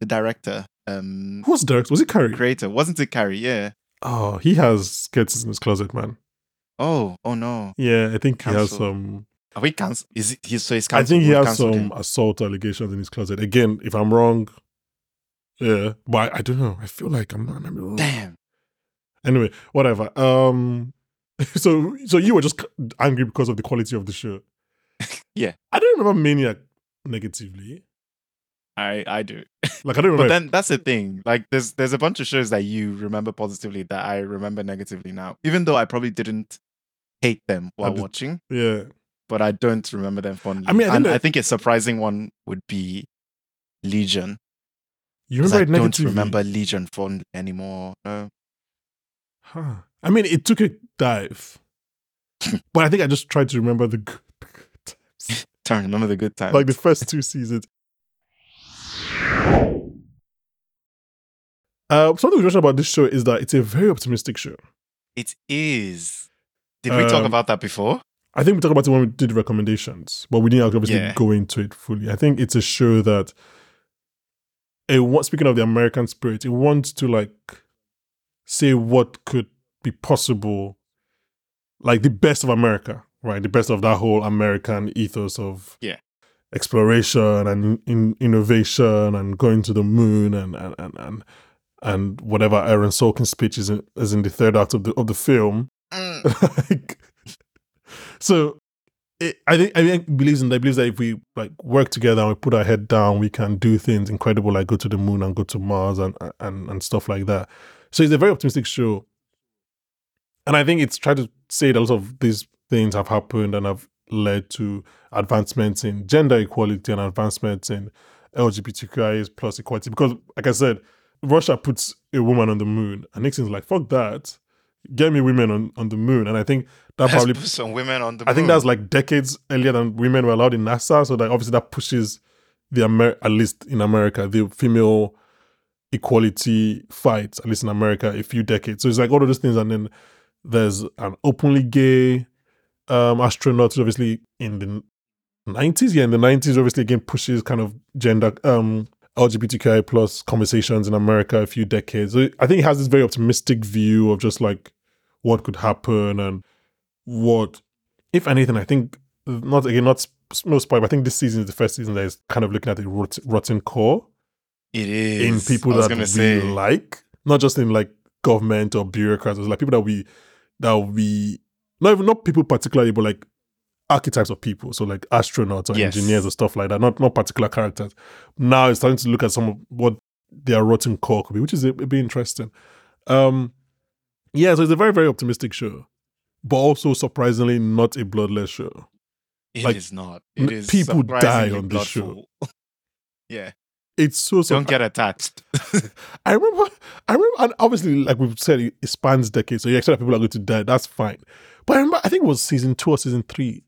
S2: The director. Um
S1: Who was Derek? Was it Carrie?
S2: creator. Wasn't it Carrie? Yeah.
S1: Oh, he has sketches in his closet, man.
S2: Oh, oh no.
S1: Yeah, I think he has
S2: Cancelled.
S1: some.
S2: Are we cancel is it he's so he's
S1: I
S2: cancelled?
S1: think he
S2: We've
S1: has
S2: cancelled
S1: some
S2: him.
S1: assault allegations in his closet. Again, if I'm wrong, yeah, but I, I don't know. I feel like I'm not. I'm wrong.
S2: Damn.
S1: anyway whatever um so so you were just c- angry because of the quality of the show
S2: Yeah.
S1: i don't remember maniac negatively
S2: I I do.
S1: like i don't
S2: But
S1: remember
S2: then that's the thing. Like there's there's a bunch of shows that you remember positively that I remember negatively now. Even though I probably didn't hate them while
S1: At the-
S2: watching.
S1: yeah
S2: but I don't remember them fondly.
S1: I mean, I think
S2: and
S1: that-
S2: I think a surprising one would be Legion.
S1: You
S2: 'cause
S1: remember it
S2: I don't
S1: negatively.
S2: remember Legion fondly anymore. No.
S1: Huh. I mean, it took a dive, but I think I just tried to remember the good, the good times,
S2: Don't remember the good times.
S1: like the first two seasons. Uh, something we mentioned about this show is that it's a very optimistic show.
S2: it is. Did we talk
S1: Um,
S2: about that before?
S1: I think we talked about it when we did recommendations, but we didn't obviously
S2: Yeah.
S1: go into it fully. I think it's a show that, it wa- speaking of the American spirit, it wants to like say what could be possible, like the best of America, right? The best of that whole American ethos of
S2: Yeah.
S1: exploration and in, innovation and going to the moon and and and and, and whatever Aaron Sorkin's speech is in, is in the third act of the of the film
S2: Mm.
S1: like, so it, I think I think it believes in that. It believes that if we like work together and we put our head down, we can do things incredible, like go to the moon and go to Mars and and and stuff like that. So it's a very optimistic show, and I think it's tried to say that a lot of these things have happened and have led to advancements in gender equality and advancements in LGBTQIA plus equality. Because, like I said, Russia puts a woman on the moon, and Nixon's like, "Fuck that." Get me women on, on the moon, and I think that
S2: Let's
S1: probably
S2: put some women on the.
S1: I think
S2: moon.
S1: that's like decades earlier than women were allowed in NASA. So like obviously that pushes the Amer at least in America, the female equality fight, at least in America, a few decades. So it's like all of those things, and then there's an openly gay um astronaut who's obviously in the 90s. Yeah, in the 90s, obviously again pushes kind of gender um LGBTQI plus conversations in America a few decades. So I think it has this very optimistic view of just like what could happen and what if anything, I think not again, not s- no spoil. But I think this season is the first season that is kind of looking at the rot- rotten core
S2: it
S1: in
S2: is
S1: people
S2: I was
S1: that we
S2: gonna say
S1: like, not just in like government or bureaucrats, like people that we that we not even not people particularly, but like archetypes of people. So like astronauts or
S2: Yes.
S1: engineers or stuff like that. Not not particular characters. Now it's starting to look at some of what their rotten core could be, which is it'd be interesting. Um yeah, so it's a very, very optimistic show. But also surprisingly not a bloodless show.
S2: it
S1: like,
S2: is not. It
S1: n-
S2: is
S1: people die
S2: surprisingly
S1: on this show.
S2: bloodful. yeah,
S1: It's so so
S2: don't get attached.
S1: I remember, I remember, and obviously, like we've said, it spans decades, so you expect that people are going to die. That's fine. But I remember, I think it was season two or season three.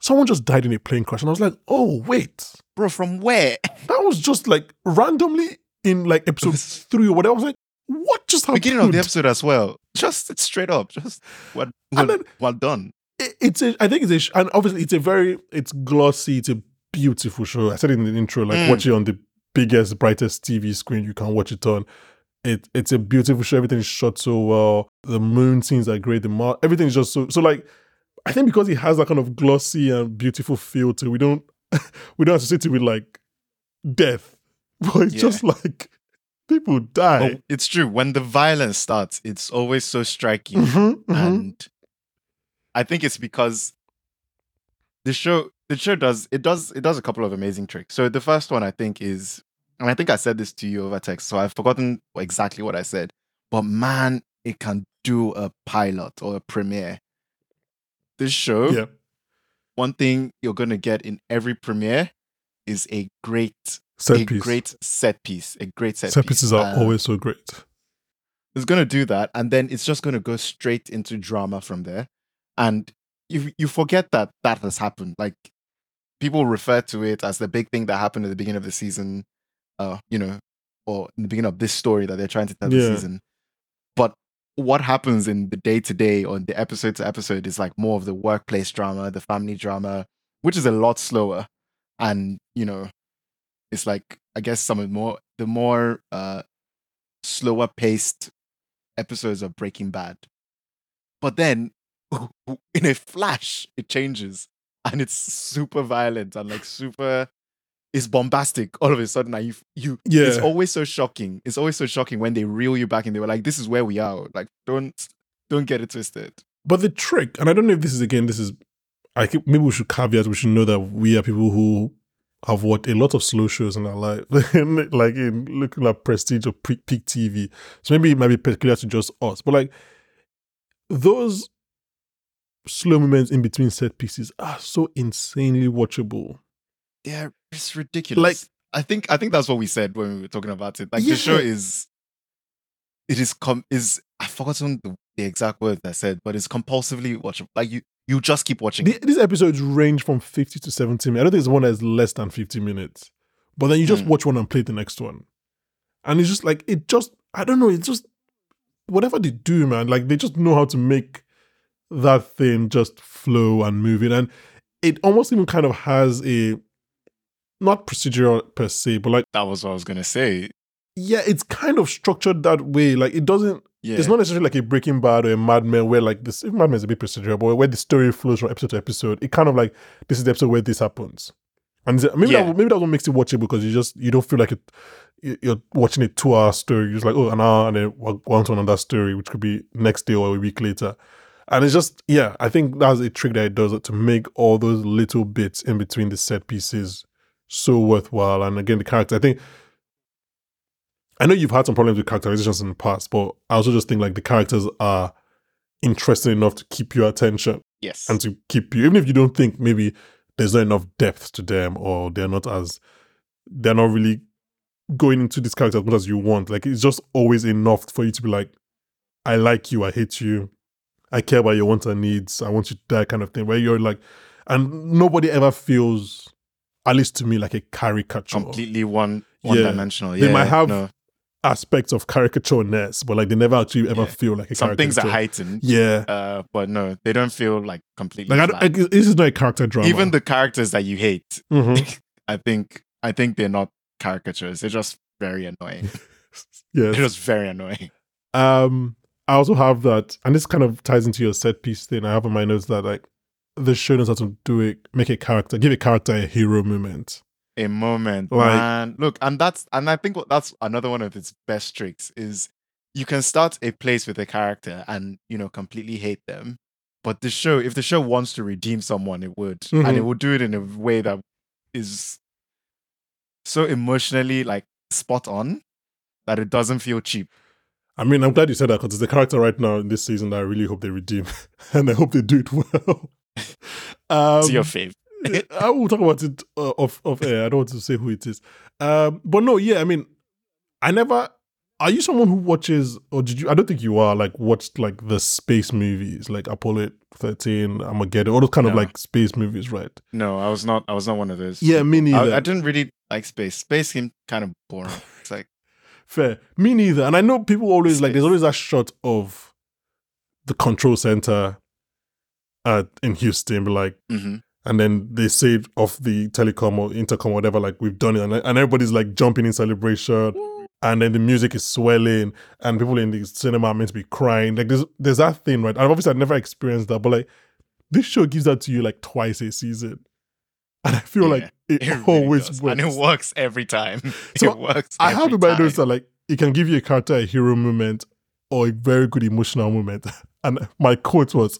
S1: Someone just died in a plane crash, and I was like, "Oh wait,
S2: Bro, from where?
S1: that was just like randomly in like episode three or whatever." I was like, "What just happened?"
S2: Beginning of the episode as well. Just straight up. Just what well,
S1: And then-
S2: well done.
S1: it- it's a, I think it's a, sh- and obviously it's a very, it's glossy, it's a beautiful show. I said it in the intro, like
S2: Mm.
S1: watch it on the biggest, brightest TV screen you can watch it on. It, it's a beautiful show. Everything is shot so well. The moon scenes are great. The mar- everything is just so so like. I think because it has that kind of glossy and beautiful feel to it, we don't we don't associate it with like death, but it's
S2: Yeah. Oh,
S1: just like people die.
S2: But it's true. When the violence starts, it's always so striking.
S1: Mhm, mhm.
S2: And I think it's because the show the show does it does it does a couple of amazing tricks. So the first one I think is and I think I said this to you over text, so I've forgotten exactly what I said. But man, it can do a pilot or a premiere. This show
S1: yeah,
S2: one thing you're going to get in every premiere is a great
S1: set
S2: a
S1: piece.
S2: great set piece a great set,
S1: set, pieces are
S2: Uh,
S1: always so great.
S2: it's going to do that and then it's just going to go straight into drama from there and you you forget that that has happened like people refer to it as the big thing that happened at the beginning of the season uh you know or in the beginning of this story that they're trying to tell
S1: Yeah.
S2: the season but what happens in the day to day or in the episode to episode is like more of the workplace drama the family drama which is a lot slower and you know it's like i guess some of the more the more uh slower paced episodes of breaking bad but then in a flash it changes and it's super violent and like super it's bombastic all of a sudden and you you it's
S1: Yeah.
S2: always so shocking it's always so shocking when they reel you back and they were like this is where we are like don't don't get it twisted
S1: But the trick, and I don't know if this is again, this is, I think maybe we should caveat. We should know that we are people who have watched a lot of slow shows in our life, like in looking at Prestige or Pe- Peak TV. So maybe it might be peculiar to just us, but like those slow moments in between set pieces are so insanely watchable.
S2: Yeah, it's ridiculous. Like I think I think that's what we said when we were talking about it. Like
S1: Yeah.
S2: the show is it is com is I've forgotten the, the exact word I said, but it's compulsively watchable. Like you you just keep watching.
S1: The- these episodes range from 50 to 70 minutes. I don't think there's one that's less than 50 minutes. But then you just
S2: Hmm.
S1: watch one and play the next one. And it's just like, it just, I don't know, it's just, whatever they do, man, like they just know how to make that thing just flow and move it. And it almost even kind of has a, not procedural per se, but like,
S2: that was what I was gonna say.
S1: yeah, it's kind of structured that way. Like it doesn't,
S2: Yeah.
S1: it's not necessarily like a Breaking Bad or a Mad Men where like this Mad Men is a bit procedural, but where the story flows from episode to episode. It kind of like this is the episode where this happens, and it's- maybe
S2: Yeah.
S1: that maybe that one makes it watchable because you just you don't feel like it. you- You're watching a two-hour story. You're just like oh an hour, and then we'll go on to another story, which could be next day or a week later. And it's just yeah, I think that's a trick that it does to make all those little bits in between the set pieces so worthwhile. And again, the character, I think. I know you've had some problems with characterizations in the past, but I also just think like the characters are interesting enough to keep your attention
S2: yes.
S1: and to keep you, even if you don't think maybe there's not enough depth to them or they're not as, they're not really going into this character as much as you want. Like it's just always enough for you to be like, I like you, I hate you, I care about your wants and needs, I want you to die kind of thing, where you're like, and nobody ever feels, at least to me, like a caricature
S2: completely one one
S1: Yeah.
S2: dimensional. Yeah.
S1: They might have
S2: no.
S1: aspects of caricatureness, but like they never actually ever
S2: Yeah.
S1: feel like a
S2: some
S1: caricature.
S2: things are heightened.
S1: Yeah,
S2: Uh, but no, they don't feel like completely.
S1: like I, don't-
S2: flat.
S1: I, this is not a character drama.
S2: Even the characters that you hate,
S1: Mhm.
S2: I think I think they're not caricatures. They're just very annoying.
S1: yes.
S2: they're just very annoying.
S1: Um, I also have that, and this kind of ties into your set piece thing. I have in my notes that like the show knows how to do it, make a character, give a character a hero moment.
S2: A moment,
S1: Like-
S2: man. Look, and that's and I think what that's another one of its best tricks is you can start a place with a character and you know completely hate them. But the show, if the show wants to redeem someone, it would, and it
S1: Mhm.
S2: will do it in a way that is so emotionally like spot on that it doesn't feel cheap.
S1: I mean, I'm glad you said that because it's a character right now in this season that I really hope they redeem, and I hope they do it well. um,
S2: to your fave.
S1: I will talk about it uh, off off air. I don't want to say who it is. Um, but no, yeah, I mean, I never. Are you someone who watches, or did you? I don't think you are. Like watched like the space movies, like Apollo thirteen, Armageddon, all those kind of
S2: No.
S1: like space movies, right?
S2: No, I was not. I was not one of those.
S1: Yeah, me
S2: people.
S1: neither.
S2: I, I didn't really like space. Space seemed kind of boring. It's like
S1: Fair. Me neither. And I know people always like. There's always that shot of the control center at in Houston, but, like
S2: hmm
S1: and then they say it off the telecom or intercom, whatever, like we've done it, and, and everybody's like jumping in celebration, and then the music is swelling, and people in the cinema are meant to be crying. Like there's there's that thing, right? And obviously I've never experienced that, but like this show gives that to you like twice a season, and I feel
S2: Yeah,
S1: like it,
S2: it really
S1: always
S2: does.
S1: works.
S2: and it works every time.
S1: Oh, So,
S2: it works.
S1: I have
S2: every
S1: in my notes
S2: time.
S1: that like it can give you a character a hero moment or a very good emotional moment. And my quote was,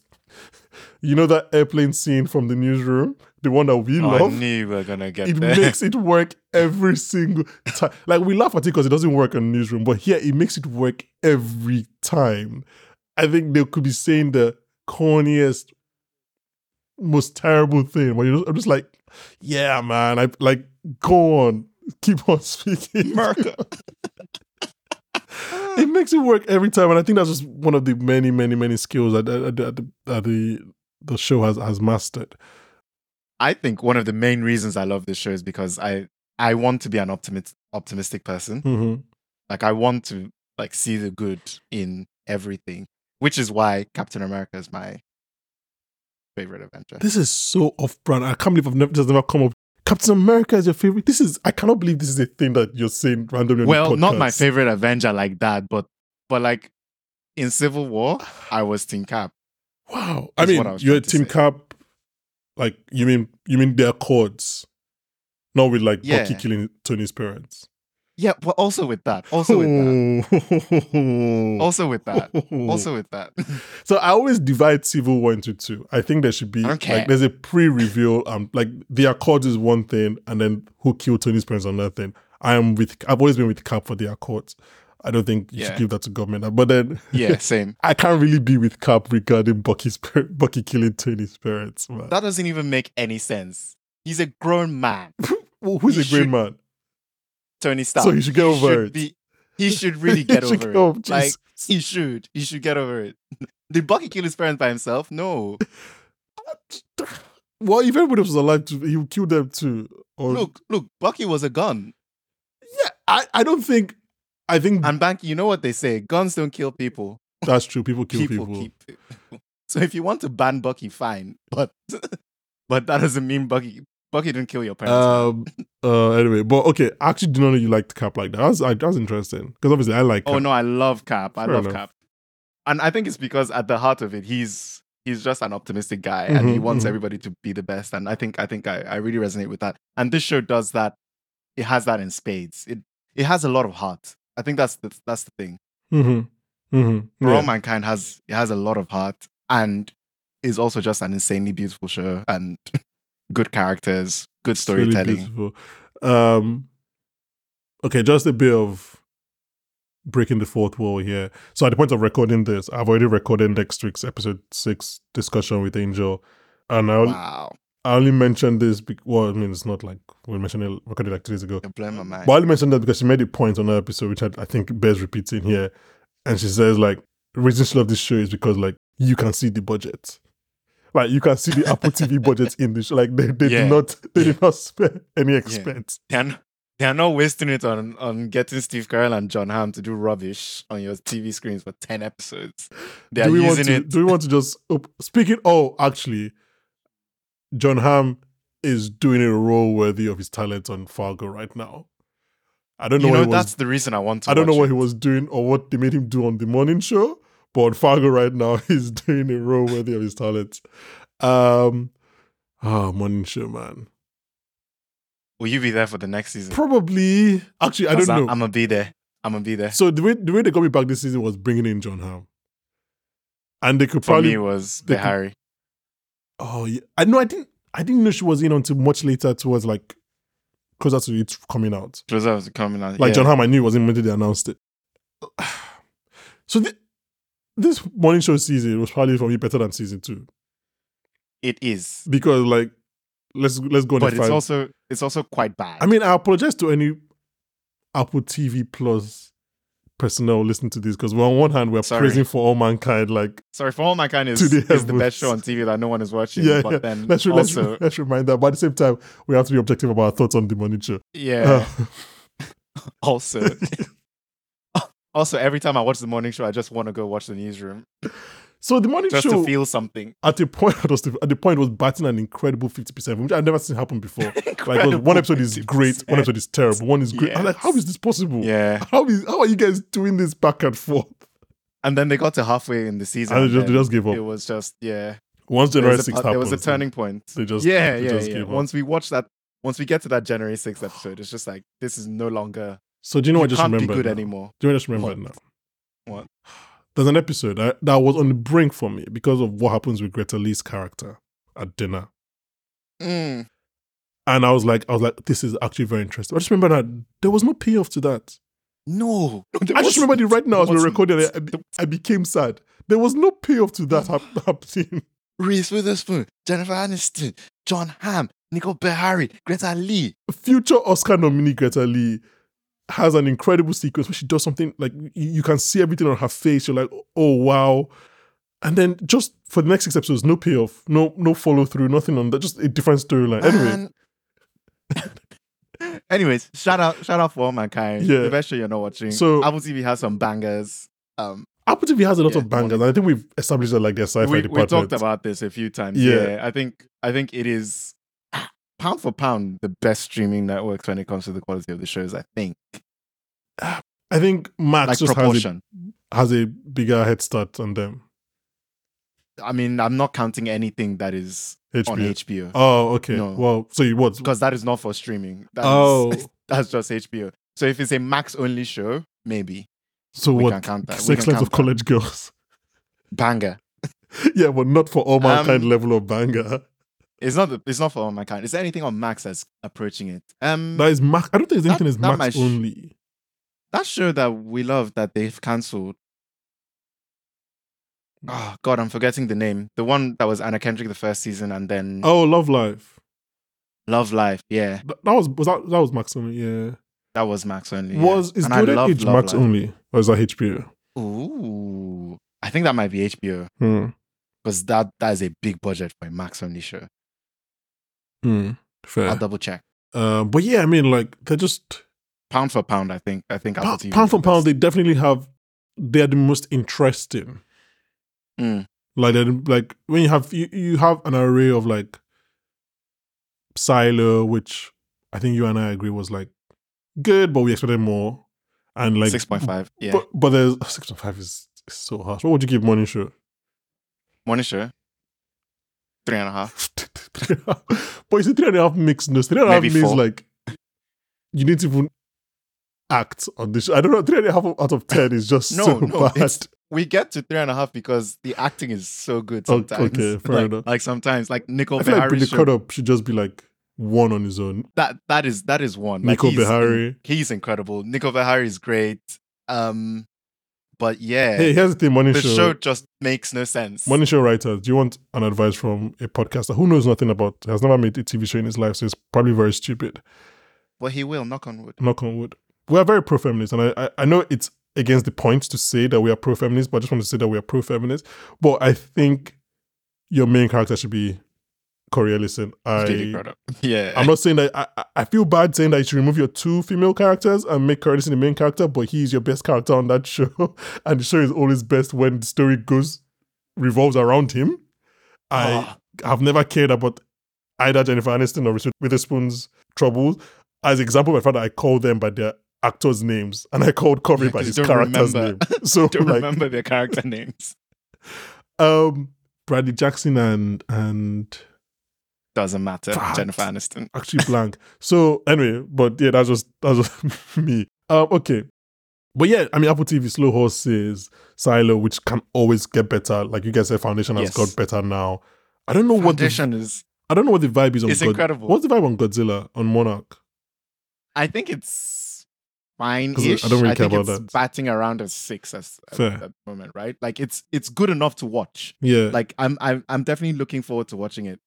S1: "You know that airplane scene from the newsroom, the one that we
S2: Oh, I
S1: love."
S2: knew we were gonna get
S1: it
S2: there.
S1: makes it work every single time. Like we laugh at it because it doesn't work on newsroom, but here it makes it work every time. I think they could be saying the corniest, most terrible thing. But you're just, I'm just like, yeah, man. I like go on, keep on speaking.
S2: America.
S1: it makes it work every time, and I think that's just one of the many, many, many skills that, that, that, that, that the the show has has mastered.
S2: I think one of the main reasons I love this show is because I I want to be an optimist optimistic person.
S1: Mhm.
S2: Like I want to like see the good in everything, which is why Captain America is my favorite adventure.
S1: This is so off brand. I can't believe I've never, this has never come up. Captain America is your favorite. This is I cannot believe this is a thing that you're saying randomly. on the
S2: well, not my
S1: podcast.
S2: favorite Avenger like that, but but like in Civil War, I was Team Cap.
S1: Wow. I
S2: is
S1: mean,
S2: what I was
S1: you're
S2: trying to
S1: Team
S2: say.
S1: Cap. Like you mean you mean their chords, not with like Bucky
S2: Yeah.
S1: killing Tony's parents.
S2: Yeah, but also with that, also with that,
S1: Oh.
S2: also with that, also with that.
S1: So I always divide Civil War into two. I think there should be
S2: I don't care.
S1: like there's a pre-reveal. Um, like the Accords is one thing, and then who killed Tony's parents is another thing. I am with. I've always been with Cap for the Accords. I don't think you
S2: Yeah.
S1: should give that to government. But then
S2: Yeah, same.
S1: I can't really be with Cap regarding Bucky's par- Bucky killing Tony's parents. Man.
S2: That doesn't even make any sense. He's a grown man,
S1: Well, who's
S2: he
S1: a great
S2: should
S1: man?
S2: Tony Stark.
S1: So he should get over it.
S2: be- he should really get
S1: He should
S2: over it.
S1: go, Jesus.
S2: like he should. He should get over it. Did Bucky kill his parents by himself? No.
S1: well, if everybody was alive, to- he would kill them too. Or
S2: Look, look. Bucky was a gun.
S1: yeah, I, I don't think. I think
S2: And Banky, you know what they say: guns don't kill people.
S1: that's true. People kill people.
S2: people, keep. So if you want to ban Bucky, fine, but but that doesn't mean Bucky Bucky didn't kill your parents.
S1: Um. uh. Anyway, but okay. I actually did not know you liked Cap like that. That's that's interesting because obviously I like.
S2: oh
S1: Cap.
S2: no, I love Cap. I
S1: Fair
S2: love
S1: enough.
S2: Cap, and I think it's because at the heart of it, he's he's just an optimistic guy, and he
S1: Mhm,
S2: wants
S1: mhm.
S2: everybody to be the best. And I think I think I, I really resonate with that. And this show does that. It has that in spades. It it has a lot of heart. I think that's the, that's the thing.
S1: Mm-hmm. Mm-hmm.
S2: For All Mankind has it has a lot of heart and is also just an insanely beautiful show and good characters, good storytelling.
S1: beautiful. Um. Okay, just a bit of breaking the fourth wall here. So at the point of recording this, I've already recorded next week's episode six discussion with Angel, and I only,
S2: Wow.
S1: I only mentioned this. Be- well, I mean, it's not like we mentioned it recorded like two days ago.
S2: It blew my mind.
S1: But I only mentioned that because she made a point on her episode, which I, I think bears repeating here. And she says, like, the reason she loves this show is because, like, you can see the budget. Like, you can see the Apple TV budget in this. Show. Like, they, they
S2: Yeah.
S1: did not they did not spare any expense.
S2: They're, n- they're not wasting it on, on getting Steve Carell and John Hamm to do rubbish on your TV screens for 10 episodes. They're
S1: do we want
S2: using
S1: to,
S2: it.
S1: Do we want to just... Op- Speaking... Oh, actually, John Hamm is doing a role worthy of his talent on Fargo right now. I don't know
S2: you
S1: what
S2: know,
S1: he was
S2: that's the reason I want to
S1: I don't know
S2: watch
S1: what
S2: it.
S1: he was doing or what they made him do on the morning show, but on Fargo right now, he's doing a role worthy of his talents. Um, ah, morning show, man.
S2: Will you be there for the next season?
S1: Probably, actually, I don't know.
S2: I'm going to be there. I'm going to be there.
S1: so the way the way they got me back this season was bringing in John Hamm, and they could
S2: for
S1: probably.
S2: me, it was
S1: they
S2: the
S1: could-
S2: Harry.
S1: Oh, yeah. I know. I didn't. I didn't know she was in until much later, towards like closer to it coming out.
S2: Closer was coming out.
S1: Like
S2: yeah.
S1: John Hamm, I knew he was in until they announced it. So thi- this morning show season was probably for me better than season two.
S2: It is.
S1: because like let's let's go on
S2: but
S1: the
S2: it's
S1: five.
S2: also it's also quite bad.
S1: I mean, I apologize to any Apple TV Plus personnel listening to this because we're on one hand we're
S2: Sorry.
S1: praising for all mankind, like
S2: sorry for all my kind is,
S1: To the
S2: is the
S1: heavens.
S2: best show on TV that no one is watching.
S1: Yeah,
S2: but
S1: yeah.
S2: then
S1: let's re- let's, re-
S2: also
S1: let's remind that. But at the same time, we have to be objective about our thoughts on the monitor.
S2: yeah,
S1: Uh.
S2: also also every time I watch the morning show, I just want to go watch the newsroom
S1: so the morning
S2: just
S1: show
S2: to feel something.
S1: at the point at the point was batting an incredible fifty percent, which I've never seen happen before. like it was- one episode is great, one episode is terrible, one is great. I'm like, how is this possible?
S2: Yeah,
S1: How is how are you guys doing this back and forth?
S2: and then they got to halfway in the season.
S1: And they
S2: and
S1: just, they
S2: then
S1: just gave up.
S2: It was just yeah.
S1: Once
S2: There
S1: January
S2: was, a,
S1: 6th
S2: pa-
S1: happens,
S2: there was a turning point.
S1: They just
S2: yeah,
S1: they
S2: yeah,
S1: just
S2: yeah.
S1: gave up.
S2: Once we watch that, once we get to that January sixth episode, it's just like this is no longer.
S1: so do you know what I just
S2: can't be
S1: remembered?
S2: good
S1: now?
S2: anymore.
S1: Do you know what I just remembered
S2: What?
S1: now?
S2: What?
S1: There's an episode I, that was on the brink for me because of what happens with Greta Lee's character at dinner,
S2: Mm.
S1: and I was like, I was like, this is actually very interesting. I just remember that there was no payoff to that.
S2: No,
S1: I just remembered it right now as we were recording. I,
S2: There
S1: I became sad. There was no payoff to that hap- happening.
S2: Reese Witherspoon, Jennifer Aniston, John Hamm, Nicole Behari, Greta Lee.
S1: future Oscar nominee Greta Lee has an incredible sequence where she does something like you, you can see everything on her face. You're like, oh wow. And then just for the next six episodes, no payoff, no no follow through, nothing on that, just a different storyline. Anyway,
S2: Man. Anyways, shout out, shout out for all mankind.
S1: Yeah.
S2: The best show you're not watching.
S1: So-
S2: Apple TV has some bangers. Um,
S1: Apple TV has a lot
S2: Yeah,
S1: of bangers, and I think we've established that like their sci-fi
S2: we, we
S1: department.
S2: talked about this a few times.
S1: Yeah.
S2: Yeah. I think I think it is pound for pound the best streaming networks when it comes to the quality of the shows. I think
S1: I think Max
S2: like
S1: just has a,
S2: proportion.
S1: has a bigger head start on them.
S2: I mean, I'm not counting anything that is
S1: HBO.
S2: on HBO.
S1: Oh, okay.
S2: No.
S1: Well, so you what?
S2: because that is not for streaming. That is-
S1: Oh.
S2: that's just HBO. So if it's a Max only show, maybe
S1: So
S2: we can
S1: what?
S2: count that. We
S1: Sex
S2: can
S1: lives of
S2: count that.
S1: college girls.
S2: banger.
S1: yeah, but not for all
S2: Um,
S1: mankind level of banger.
S2: It's not. The, it's not for all my kind. Is there anything on Max that's approaching it? Um,
S1: That is Max. I don't think there's
S2: That-
S1: anything is
S2: that
S1: Max
S2: might sh-
S1: only.
S2: That show that we love that they've cancelled. Oh God, I'm forgetting the name. The one that was Anna Kendrick the first season, and then
S1: Oh, Love Life.
S2: Love Life. Yeah,
S1: Th- That was was that that was Max only. Yeah.
S2: that was Max only. yeah.
S1: Was is
S2: And I
S1: Golden
S2: love
S1: Age
S2: Love
S1: Max
S2: Live.
S1: only or is that HBO?
S2: Ooh, I think that might be HBO
S1: Hmm.
S2: because that that is a big budget for a Max only show.
S1: Hmm.
S2: I'll
S1: Fair.
S2: double check.
S1: Uh, but yeah, I mean, like they're just
S2: Pound for pound, I think. I think Apple
S1: pound,
S2: TV
S1: pound
S2: is the
S1: for pound.
S2: best.
S1: They definitely have. They are the most interesting.
S2: Mm.
S1: Like they're the- like when you have you, you have an array of like Silo, which I think you and I agree was like good, but we expected more. And like
S2: Six point five. Yeah,
S1: But but there's oh, six point five is, is so harsh. What would you give Morning Show?
S2: morning show. Three and a half.
S1: but it's a three and a half mix. No, three and a half
S2: Maybe
S1: means
S2: four.
S1: like you need to even act on this. show. I don't know. Three and a half out of ten is just
S2: No,
S1: so
S2: no,
S1: bad.
S2: it's- We get to three and a half because the acting is so good
S1: O- okay,
S2: sometimes.
S1: fair
S2: like,
S1: enough.
S2: like sometimes, like Nico
S1: I feel like
S2: Behari
S1: the
S2: show,
S1: cut up should just be like one on his own.
S2: that that is that is one. Like,
S1: Nico
S2: he's-
S1: Behari.
S2: he's incredible. Nico Behari is great. Um, but yeah,
S1: Hey, here's the thing, Morning
S2: the
S1: Show.
S2: show just makes no sense.
S1: Morning show writer, do you want an advice from a podcaster who knows nothing about, has never made a TV show in his life, so it's probably very stupid.
S2: But he will knock on wood.
S1: knock on wood. We are very pro feminist, and I, I, I know it's against the point to say that we are pro feminist, but I just want to say that we are pro feminist. But I think your main character should be Corey Ellison.
S2: Really
S1: I,
S2: proud of- yeah,
S1: I'm not saying that I, I- I feel bad saying that you should remove your two female characters and make Corey Ellison the main character, but he is your best character on that show, and the show is always best when the story goes revolves around him. I
S2: Ah,
S1: have never cared about either Jennifer Aniston or Reese Witherspoon's troubles. As example, my father, I called them by their actors' names, and I called Corey
S2: Yeah,
S1: by
S2: 'cause
S1: his
S2: you don't
S1: character's
S2: remember.
S1: name. So,
S2: Oh, don't
S1: like,
S2: remember their character names.
S1: um, Bradley Jackson and and
S2: Doesn't matter.
S1: Fuck.
S2: Jennifer Aniston.
S1: actually blank. So anyway, but yeah, that's just that's just me. Um, okay, but yeah, I mean, Apple TV, Slow Horses, Silo, which can always get better. Like you guys said, Foundation has
S2: Yes.
S1: got better now. I don't know what the,
S2: Foundation is
S1: I don't know what the vibe is on.
S2: is
S1: God-
S2: incredible.
S1: What's the vibe on Godzilla on Monarch?
S2: I think it's fine. I
S1: 'Cause I don't really care
S2: think
S1: about
S2: it's
S1: that.
S2: Batting around a six as, at,
S1: Fair.
S2: at the moment, right? Like it's it's good enough to watch.
S1: Yeah,
S2: Like I'm I'm I'm definitely looking forward to watching it,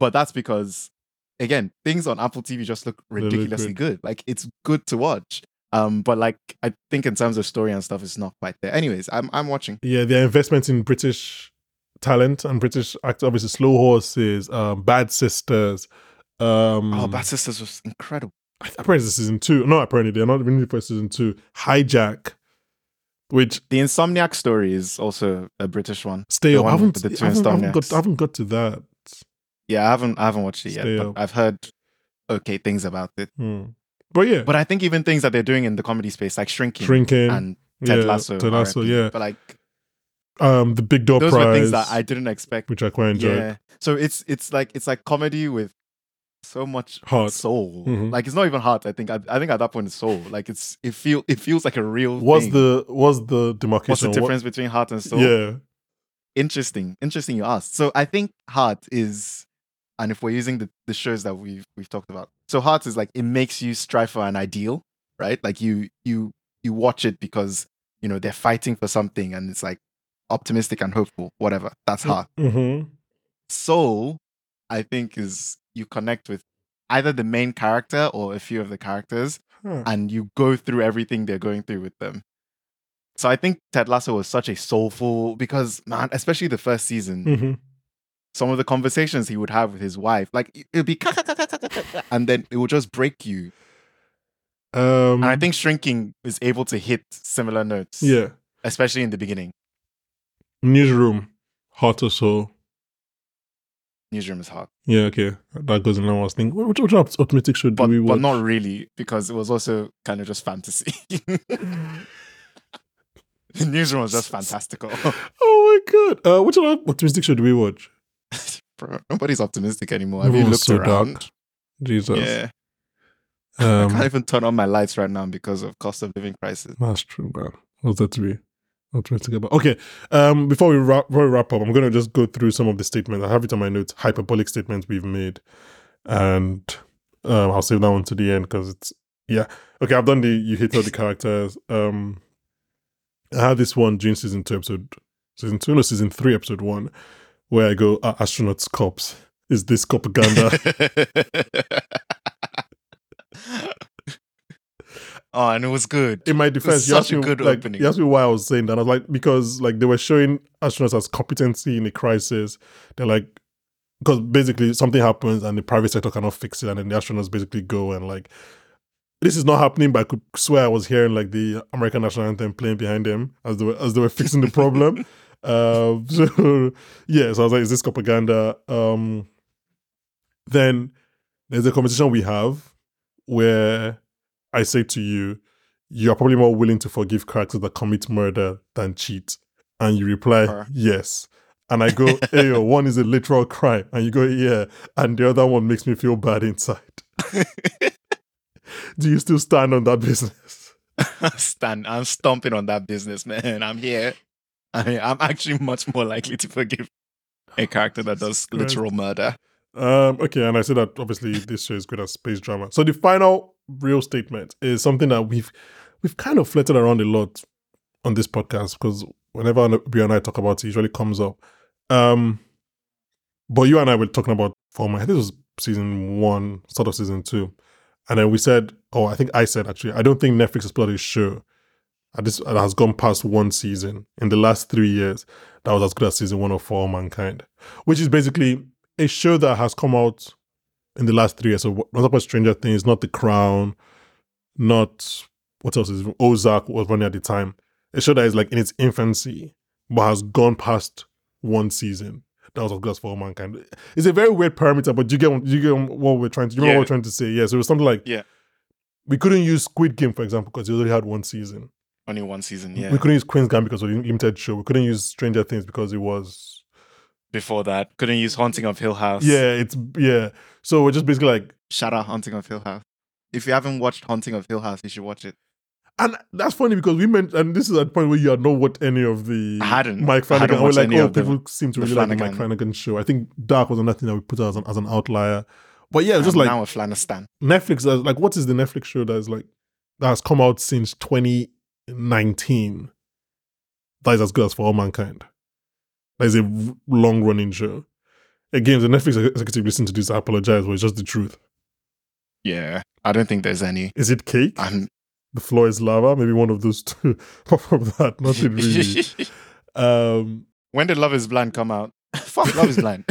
S2: but that's because again things on Apple TV just look
S1: look
S2: ridiculously good. Like it's good to watch. Um, but like I think in terms of story and stuff, it's not quite there. Anyways, I'm I'm watching.
S1: yeah, their investment in British talent and British actors, obviously Slow Horses, um, Bad Sisters. Um,
S2: Oh, Bad Sisters was incredible.
S1: I- apparently it's season two. No, apparently they're not renewed for season two. Hijack, which
S2: The Insomniac story is also a British one.
S1: stay up.
S2: The
S1: I
S2: one
S1: haven't,
S2: with the two
S1: I haven't, I haven't got,
S2: insomniacs.
S1: I haven't got to that.
S2: Yeah, I haven't I haven't watched it
S1: Stay
S2: yet, but
S1: up.
S2: I've heard okay things about it.
S1: Hmm. But yeah,
S2: But I think even things that they're doing in the comedy space, like shrinking,
S1: shrinking.
S2: and Ted
S1: yeah,
S2: Lasso,
S1: Ted Lasso,
S2: RIP,
S1: yeah.
S2: But like
S1: Um, the Big Door
S2: those
S1: Prize,
S2: were things that I didn't expect.
S1: which I quite enjoyed.
S2: Yeah. So it's it's like it's like comedy with so much
S1: Heart.
S2: soul.
S1: Mhm.
S2: Like it's not even heart. I think I, I think at that point it's soul. Like it's it feel it feels like a real.
S1: What's
S2: thing.
S1: the what's the
S2: what's
S1: demarcation?
S2: the
S1: What-
S2: difference between heart and soul?
S1: yeah,
S2: Interesting, interesting. You asked. So I think heart is, and if we're using the, the shows that we've we've talked about, so heart is like it makes you strive for an ideal, right? Like you you you watch it because you know they're fighting for something, and it's like optimistic and hopeful, whatever. That's heart.
S1: Mm-hmm.
S2: Soul, I think, is you connect with either the main character or a few of the characters, and you go through everything they're going through with them. So I think Ted Lasso was such a soulful because man, especially the first season,
S1: hmm
S2: some of the conversations he would have with his wife, like it- it'd be and then it would just break you.
S1: Um,
S2: And I think shrinking is able to hit similar notes,
S1: yeah,
S2: especially in the beginning.
S1: newsroom, heart or soul.
S2: Newsroom is hard,
S1: Yeah, okay, that goes in line. with what I was thinking. Which, which optimistic should
S2: but
S1: we
S2: but
S1: watch?
S2: not really because it was also kind of just fantasy. The Newsroom was just fantastical.
S1: oh my god! Uh, which other optimistic should we watch?
S2: Bro, nobody's optimistic anymore. Have you
S1: Everyone's
S2: looked around?
S1: dark. Jesus.
S2: Yeah, I can't
S1: Um,
S2: even turn on my lights right now because of cost of living crisis.
S1: that's true, man. What's that to be? Optimistic about. Okay. Um, before we wrap, before we wrap up, I'm gonna just go through some of the statements. I have it on my notes. Hyperbolic statements we've made, and um, I'll save that one to the end because it's Yeah. Okay, I've done the you hate all the characters. Um I had this one June season two episode season two, no season three, episode one, where I go, Are astronauts cops? Is this propaganda?
S2: oh, and it was good.
S1: In my defense, you
S2: such
S1: asked,
S2: a
S1: me,
S2: good
S1: like,
S2: opening.
S1: you asked me why I was saying that. I was like, because like they were showing astronauts as competency in a crisis. They're like, because basically something happens and the private sector cannot fix it, and then the astronauts basically go and like, this is not happening. But I could swear I was hearing like the American national anthem playing behind them as they were as they were fixing the problem. um, so yeah, so I was like, is this propaganda? Um, then there's a conversation we have where I say to you, you're probably more willing to forgive characters that commit murder than cheat. And you reply,
S2: Huh.
S1: yes. And I go, Ayo, one is a literal crime. And you go, yeah. And the other one makes me feel bad inside. Do you still stand on that business?
S2: Stan, I'm stomping on that business, man. I'm here. I mean, I'm actually much more likely to forgive a character that does
S1: Christ.
S2: literal murder.
S1: Um, okay, and I said that obviously this show is good at space drama. So the final real statement is something that we've we've kind of flirted around a lot on this podcast because whenever Bria and I talk about it, it usually comes up. Um, but you and I were talking about former. I think this was season one, sort of season two, and then we said, oh, I think I said actually, I don't think Netflix has put out a show at this that has gone past one season in the last three years that was as good as season one of For All Mankind, which is basically a show that has come out in the last three years. So not about Stranger Things, not The Crown, not what else is Ozark was running at the time. A show that is like in its infancy, but has gone past one season. That was of course for all mankind. It's a very weird parameter, but you get you get what we're trying to. You remember
S2: Yeah.
S1: what we're trying to say? Yeah. So it was something like
S2: Yeah.
S1: We couldn't use Squid Game, for example, because it already had one season.
S2: Only one season, yeah.
S1: We couldn't use Queen's Gambit because it was a limited show. We couldn't use Stranger Things because it was
S2: Before that, couldn't use Haunting of Hill House.
S1: Yeah, it's yeah. So we're just basically like,
S2: Shout out Haunting of Hill House. If you haven't watched Haunting of Hill House, you should watch it.
S1: and that's funny because we meant, and this is at the point where you had not watched any of the
S2: I hadn't.
S1: Mike
S2: I
S1: Flanagan.
S2: hadn't
S1: We're
S2: watched
S1: like,
S2: any
S1: oh,
S2: of them.
S1: people seem to
S2: the
S1: really like the Mike
S2: Flanagan.
S1: Flanagan show. I think Dark was another thing that we put out as an, as an outlier. But yeah, it's just
S2: I'm
S1: like
S2: now a Flanistan.
S1: Netflix. uh, Like, what is the Netflix show that is like that has come out since 2019? That is as good as for all mankind. That is a long running show. Again, the Netflix executive listened to this. I apologize, but it's just the truth.
S2: Yeah. I don't think there's any.
S1: Is it cake?
S2: I'm
S1: the floor is lava. Maybe one of those two. Apart from that, nothing really. um,
S2: when did Love is Blind come out? Fuck Love is Blind.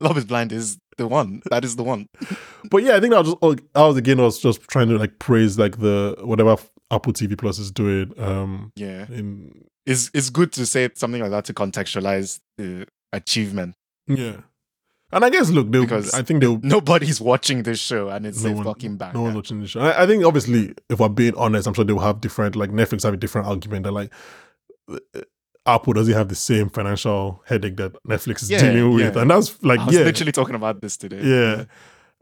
S2: Love is Blind is the one. That is the one.
S1: but yeah, I think I was just like, I was again I was just trying to like praise like the whatever Apple TV Plus is doing. Um,
S2: Yeah.
S1: in
S2: It's it's good to say something like that to contextualize the achievement.
S1: yeah, and I guess look, they
S2: Because
S1: I think they
S2: Nobody's watching this show and it's
S1: No
S2: a
S1: one-
S2: fucking banger.
S1: no one's watching this show. I, I think obviously, if we're being honest, I'm sure they will have different like Netflix have a different argument that like. uh, Apple doesn't have the same financial headache that Netflix is
S2: Yeah,
S1: dealing with,
S2: yeah.
S1: and that's like
S2: I was
S1: yeah,
S2: literally talking about this today.
S1: yeah.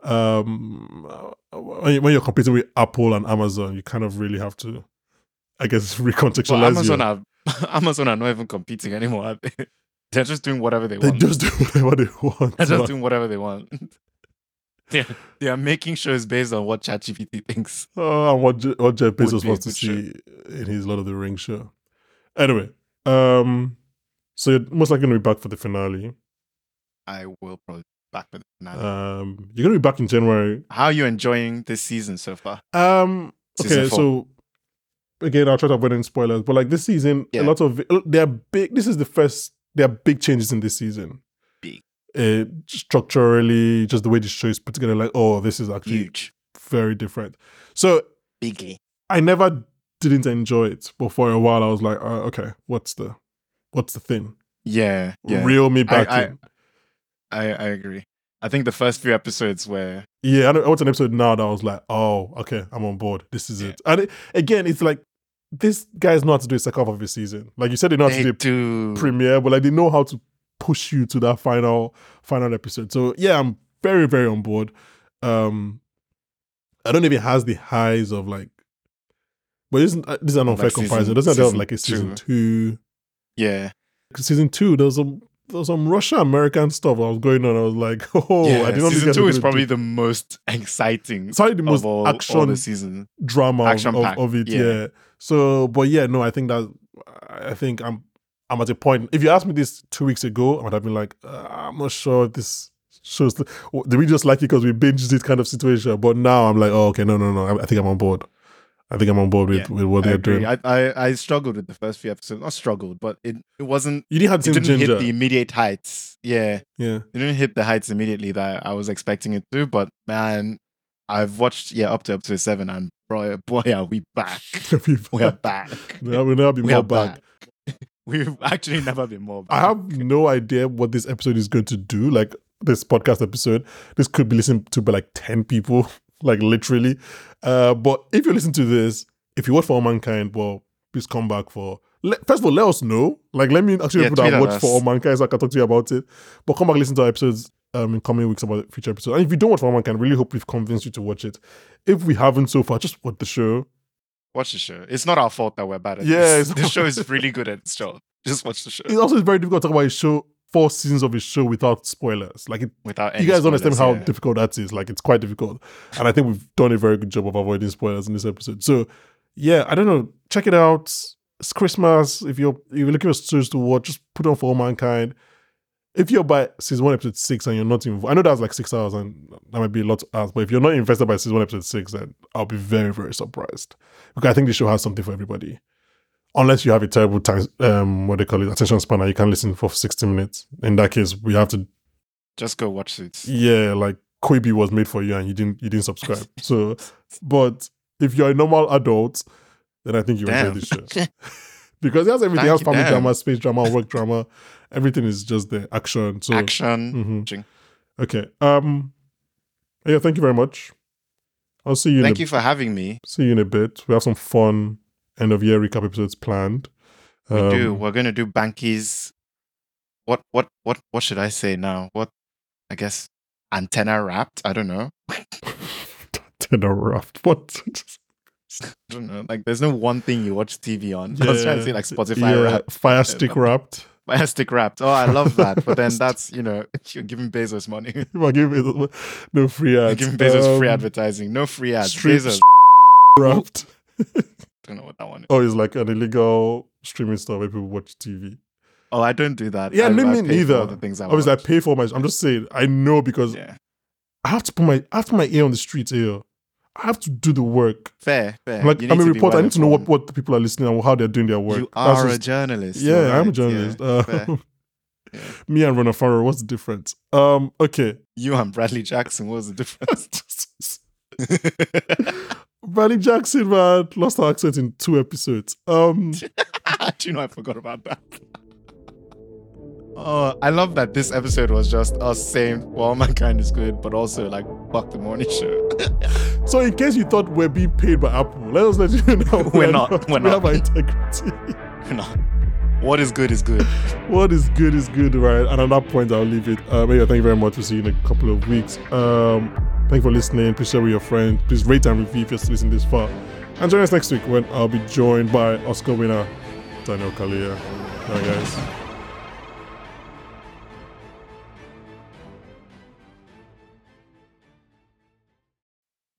S1: Um, when you- when you're competing with Apple and Amazon, you kind of really have to, I guess,
S2: But
S1: recontextualize.
S2: Amazon
S1: your-
S2: are Amazon are not even competing anymore. are they? They're just doing whatever they
S1: they
S2: want.
S1: just do whatever they want.
S2: They're just doing whatever they want. Yeah, they are making shows based on what ChatGPT thinks.
S1: Oh, and what, Je- what Jeff
S2: Would
S1: Bezos
S2: be a
S1: wants to
S2: good show.
S1: see in his Lord of the Rings show. Anyway, um, so you're most likely going to be back for the finale.
S2: I will probably be back with it now.
S1: Um, you're going to be back in January.
S2: How are you enjoying this season so far?
S1: Um,
S2: Season
S1: okay,
S2: four.
S1: so again, I'll try to avoid any spoilers, but like this season,
S2: Yeah.
S1: a lot of they're big. This is the first. There are big changes in this season.
S2: Big.
S1: Uh, structurally, just the way the show is put together, like oh, this is actually
S2: Huge,
S1: very different. So
S2: bigly.
S1: I never didn't enjoy it, but for a while I was like, oh, okay, what's the, what's the thing?
S2: Yeah, yeah.
S1: Reel me back
S2: I-
S1: in.
S2: I, I agree. I think the first few episodes were
S1: Yeah, I, know, I watched an episode now that I was like, oh, okay, I'm on board. This is
S2: Yeah.
S1: it. And it, again, it's like this guys know how to do a second half of the season. Like you said, they know how
S2: they
S1: to do
S2: do.
S1: a premiere, but like they know how to push you to that final final episode. So yeah, I'm very very on board. Um I don't know if it has the highs of like, but isn't uh, this is an
S2: Of,
S1: unfair
S2: like,
S1: comparison?
S2: season-
S1: Doesn't it have
S2: season
S1: like a season two?
S2: yeah,
S1: Season two, there was a there was some Russian American stuff that was going on. I was like, oh, I didn't
S2: season
S1: think
S2: two is probably the most exciting
S1: sorry the most
S2: of all,
S1: action
S2: all the season.
S1: drama of,
S2: Action
S1: of,
S2: packed,
S1: of it. Yeah.
S2: yeah.
S1: So, but yeah, no, I think that I think I'm I'm at a point. If you asked me this two weeks ago, I would have been like, uh, I'm not sure if this shows. The, did we just like it because we binged this kind of situation? But now I'm like, oh, okay, no, no, no. I, I think I'm on board. I think I'm on board with,
S2: Yeah,
S1: with what
S2: I,
S1: they're
S2: agree.
S1: doing.
S2: I, I I struggled with the first few episodes. Not struggled, but it, it wasn't
S1: you didn't have
S2: it
S1: Team
S2: didn't
S1: Ginger.
S2: hit the immediate heights. Yeah.
S1: yeah.
S2: It didn't hit the heights immediately that I was expecting it to, but man, I've watched yeah, up to up to seven and boy oh boy are we back. We are back.
S1: There will never be
S2: we
S1: more
S2: are
S1: bad.
S2: back. We've actually never been more back.
S1: I have no idea what this episode is going to do. Like this podcast episode, this could be listened to by like ten people, like literally. Uh, but if you listen to this, if you watch for all mankind, well, please come back for. Let, first of all, let us know. Like, let me actually
S2: Yeah,
S1: people that
S2: tweet at
S1: watch for all
S2: us.
S1: mankind, so I can talk to you about it. But come back, listen to our episodes um, in coming weeks about future episodes. And if you don't watch for all mankind, really hope we've convinced you to watch it. If we haven't so far, just watch the show.
S2: Watch the show. It's not our fault that we're bad at
S1: Yeah,
S2: this.
S1: it's-
S2: The show is really good at its job. Just watch the show.
S1: It also is very difficult to talk about a show, four seasons of a show without spoilers. Like, it
S2: Without any
S1: you guys understand how
S2: spoilers, yeah.
S1: difficult that is. Like it's quite difficult, and I think we've done a very good job of avoiding spoilers in this episode. So yeah, I don't know. Check it out. It's Christmas. If you're if you're looking for shows to watch, just put on for all mankind. If you're by season one episode six and you're not involved, I know that's like six hours and that might be a lot to ask. But if you're not invested by season one episode six, then I'll be very very surprised because I think the show has something for everybody. Unless you have a terrible time, um, what they call it, attention span, and you can listen for sixty minutes. In that case, we have to
S2: Just go watch Suits.
S1: yeah, like Quibi was made for you and you didn't you didn't subscribe. So, but if you're a normal adult, then I think you
S2: Damn.
S1: enjoy this show because it has everything:
S2: Thank
S1: it has
S2: you,
S1: family
S2: damn.
S1: drama, space drama, work drama. Everything is just there, action. So,
S2: Action.
S1: mhm.
S2: Watching.
S1: okay. Um, yeah. Thank you very much. I'll see you. in
S2: Thank
S1: a,
S2: you for having me.
S1: See you in a bit. We have some fun end of year recap episodes planned.
S2: We do.
S1: Um,
S2: We're gonna do Banky's. What what what what should I say now? What I guess antenna wrapped. I don't know. I
S1: Dinner wrapped. What?
S2: don't know. Like there's no one thing you watch TV on. I was trying to say like Spotify
S1: Yeah,
S2: wrapped,
S1: Fire stick wrapped.
S2: Fire Stick wrapped. Oh, I love that. But then that's you know you're giving Bezos money.
S1: Well, give me no free
S2: You're
S1: ads.
S2: giving Bezos free
S1: Um,
S2: advertising. No free ads.
S1: stream-
S2: Bezos.
S1: Wrapped.
S2: don't know what that one is.
S1: Oh, it's like an illegal streaming store where people watch TV.
S2: Oh, I don't do that.
S1: Yeah,
S2: I,
S1: me-
S2: I
S1: me
S2: pay for
S1: neither.
S2: all The things I
S1: Obviously, I
S2: watch.
S1: pay for my. I'm just saying. I know because
S2: yeah.
S1: I have to put my. I have to put my ear on the street ear. I have to do the work.
S2: Fair, fair.
S1: like
S2: You
S1: I'm a
S2: need to be
S1: reporter. I need to know what,
S2: well-informed.
S1: what the people are listening and how they're doing their work.
S2: You
S1: That's
S2: are a
S1: just-
S2: journalist.
S1: yeah, I'm
S2: you're
S1: a
S2: right, yeah.
S1: journalist. Uh,
S2: fair. Yeah.
S1: me and Ronald Farrow. What's the difference? Um. Okay.
S2: You and Bradley Jackson. What was the difference?
S1: Bradley Jackson, man, lost her accent in two episodes. Um.
S2: Do you know I forgot about that? Oh, I love that this episode was just us saying, well, mankind is good, but also like, fuck the morning show.
S1: So in case you thought we're being paid by Apple, let us let you know
S2: We're not, we're
S1: we have
S2: not.
S1: our integrity.
S2: You know, what is good is good.
S1: what is good is good, right? And at that point, I'll leave it. Uh, yeah, thank you very much. We'll see you in a couple of weeks. Um, thank you for listening. Please share with your friends. Please rate and review if you're still listening this far. And join us next week when I'll be joined by Oscar winner Daniel Kalia. Bye, guys.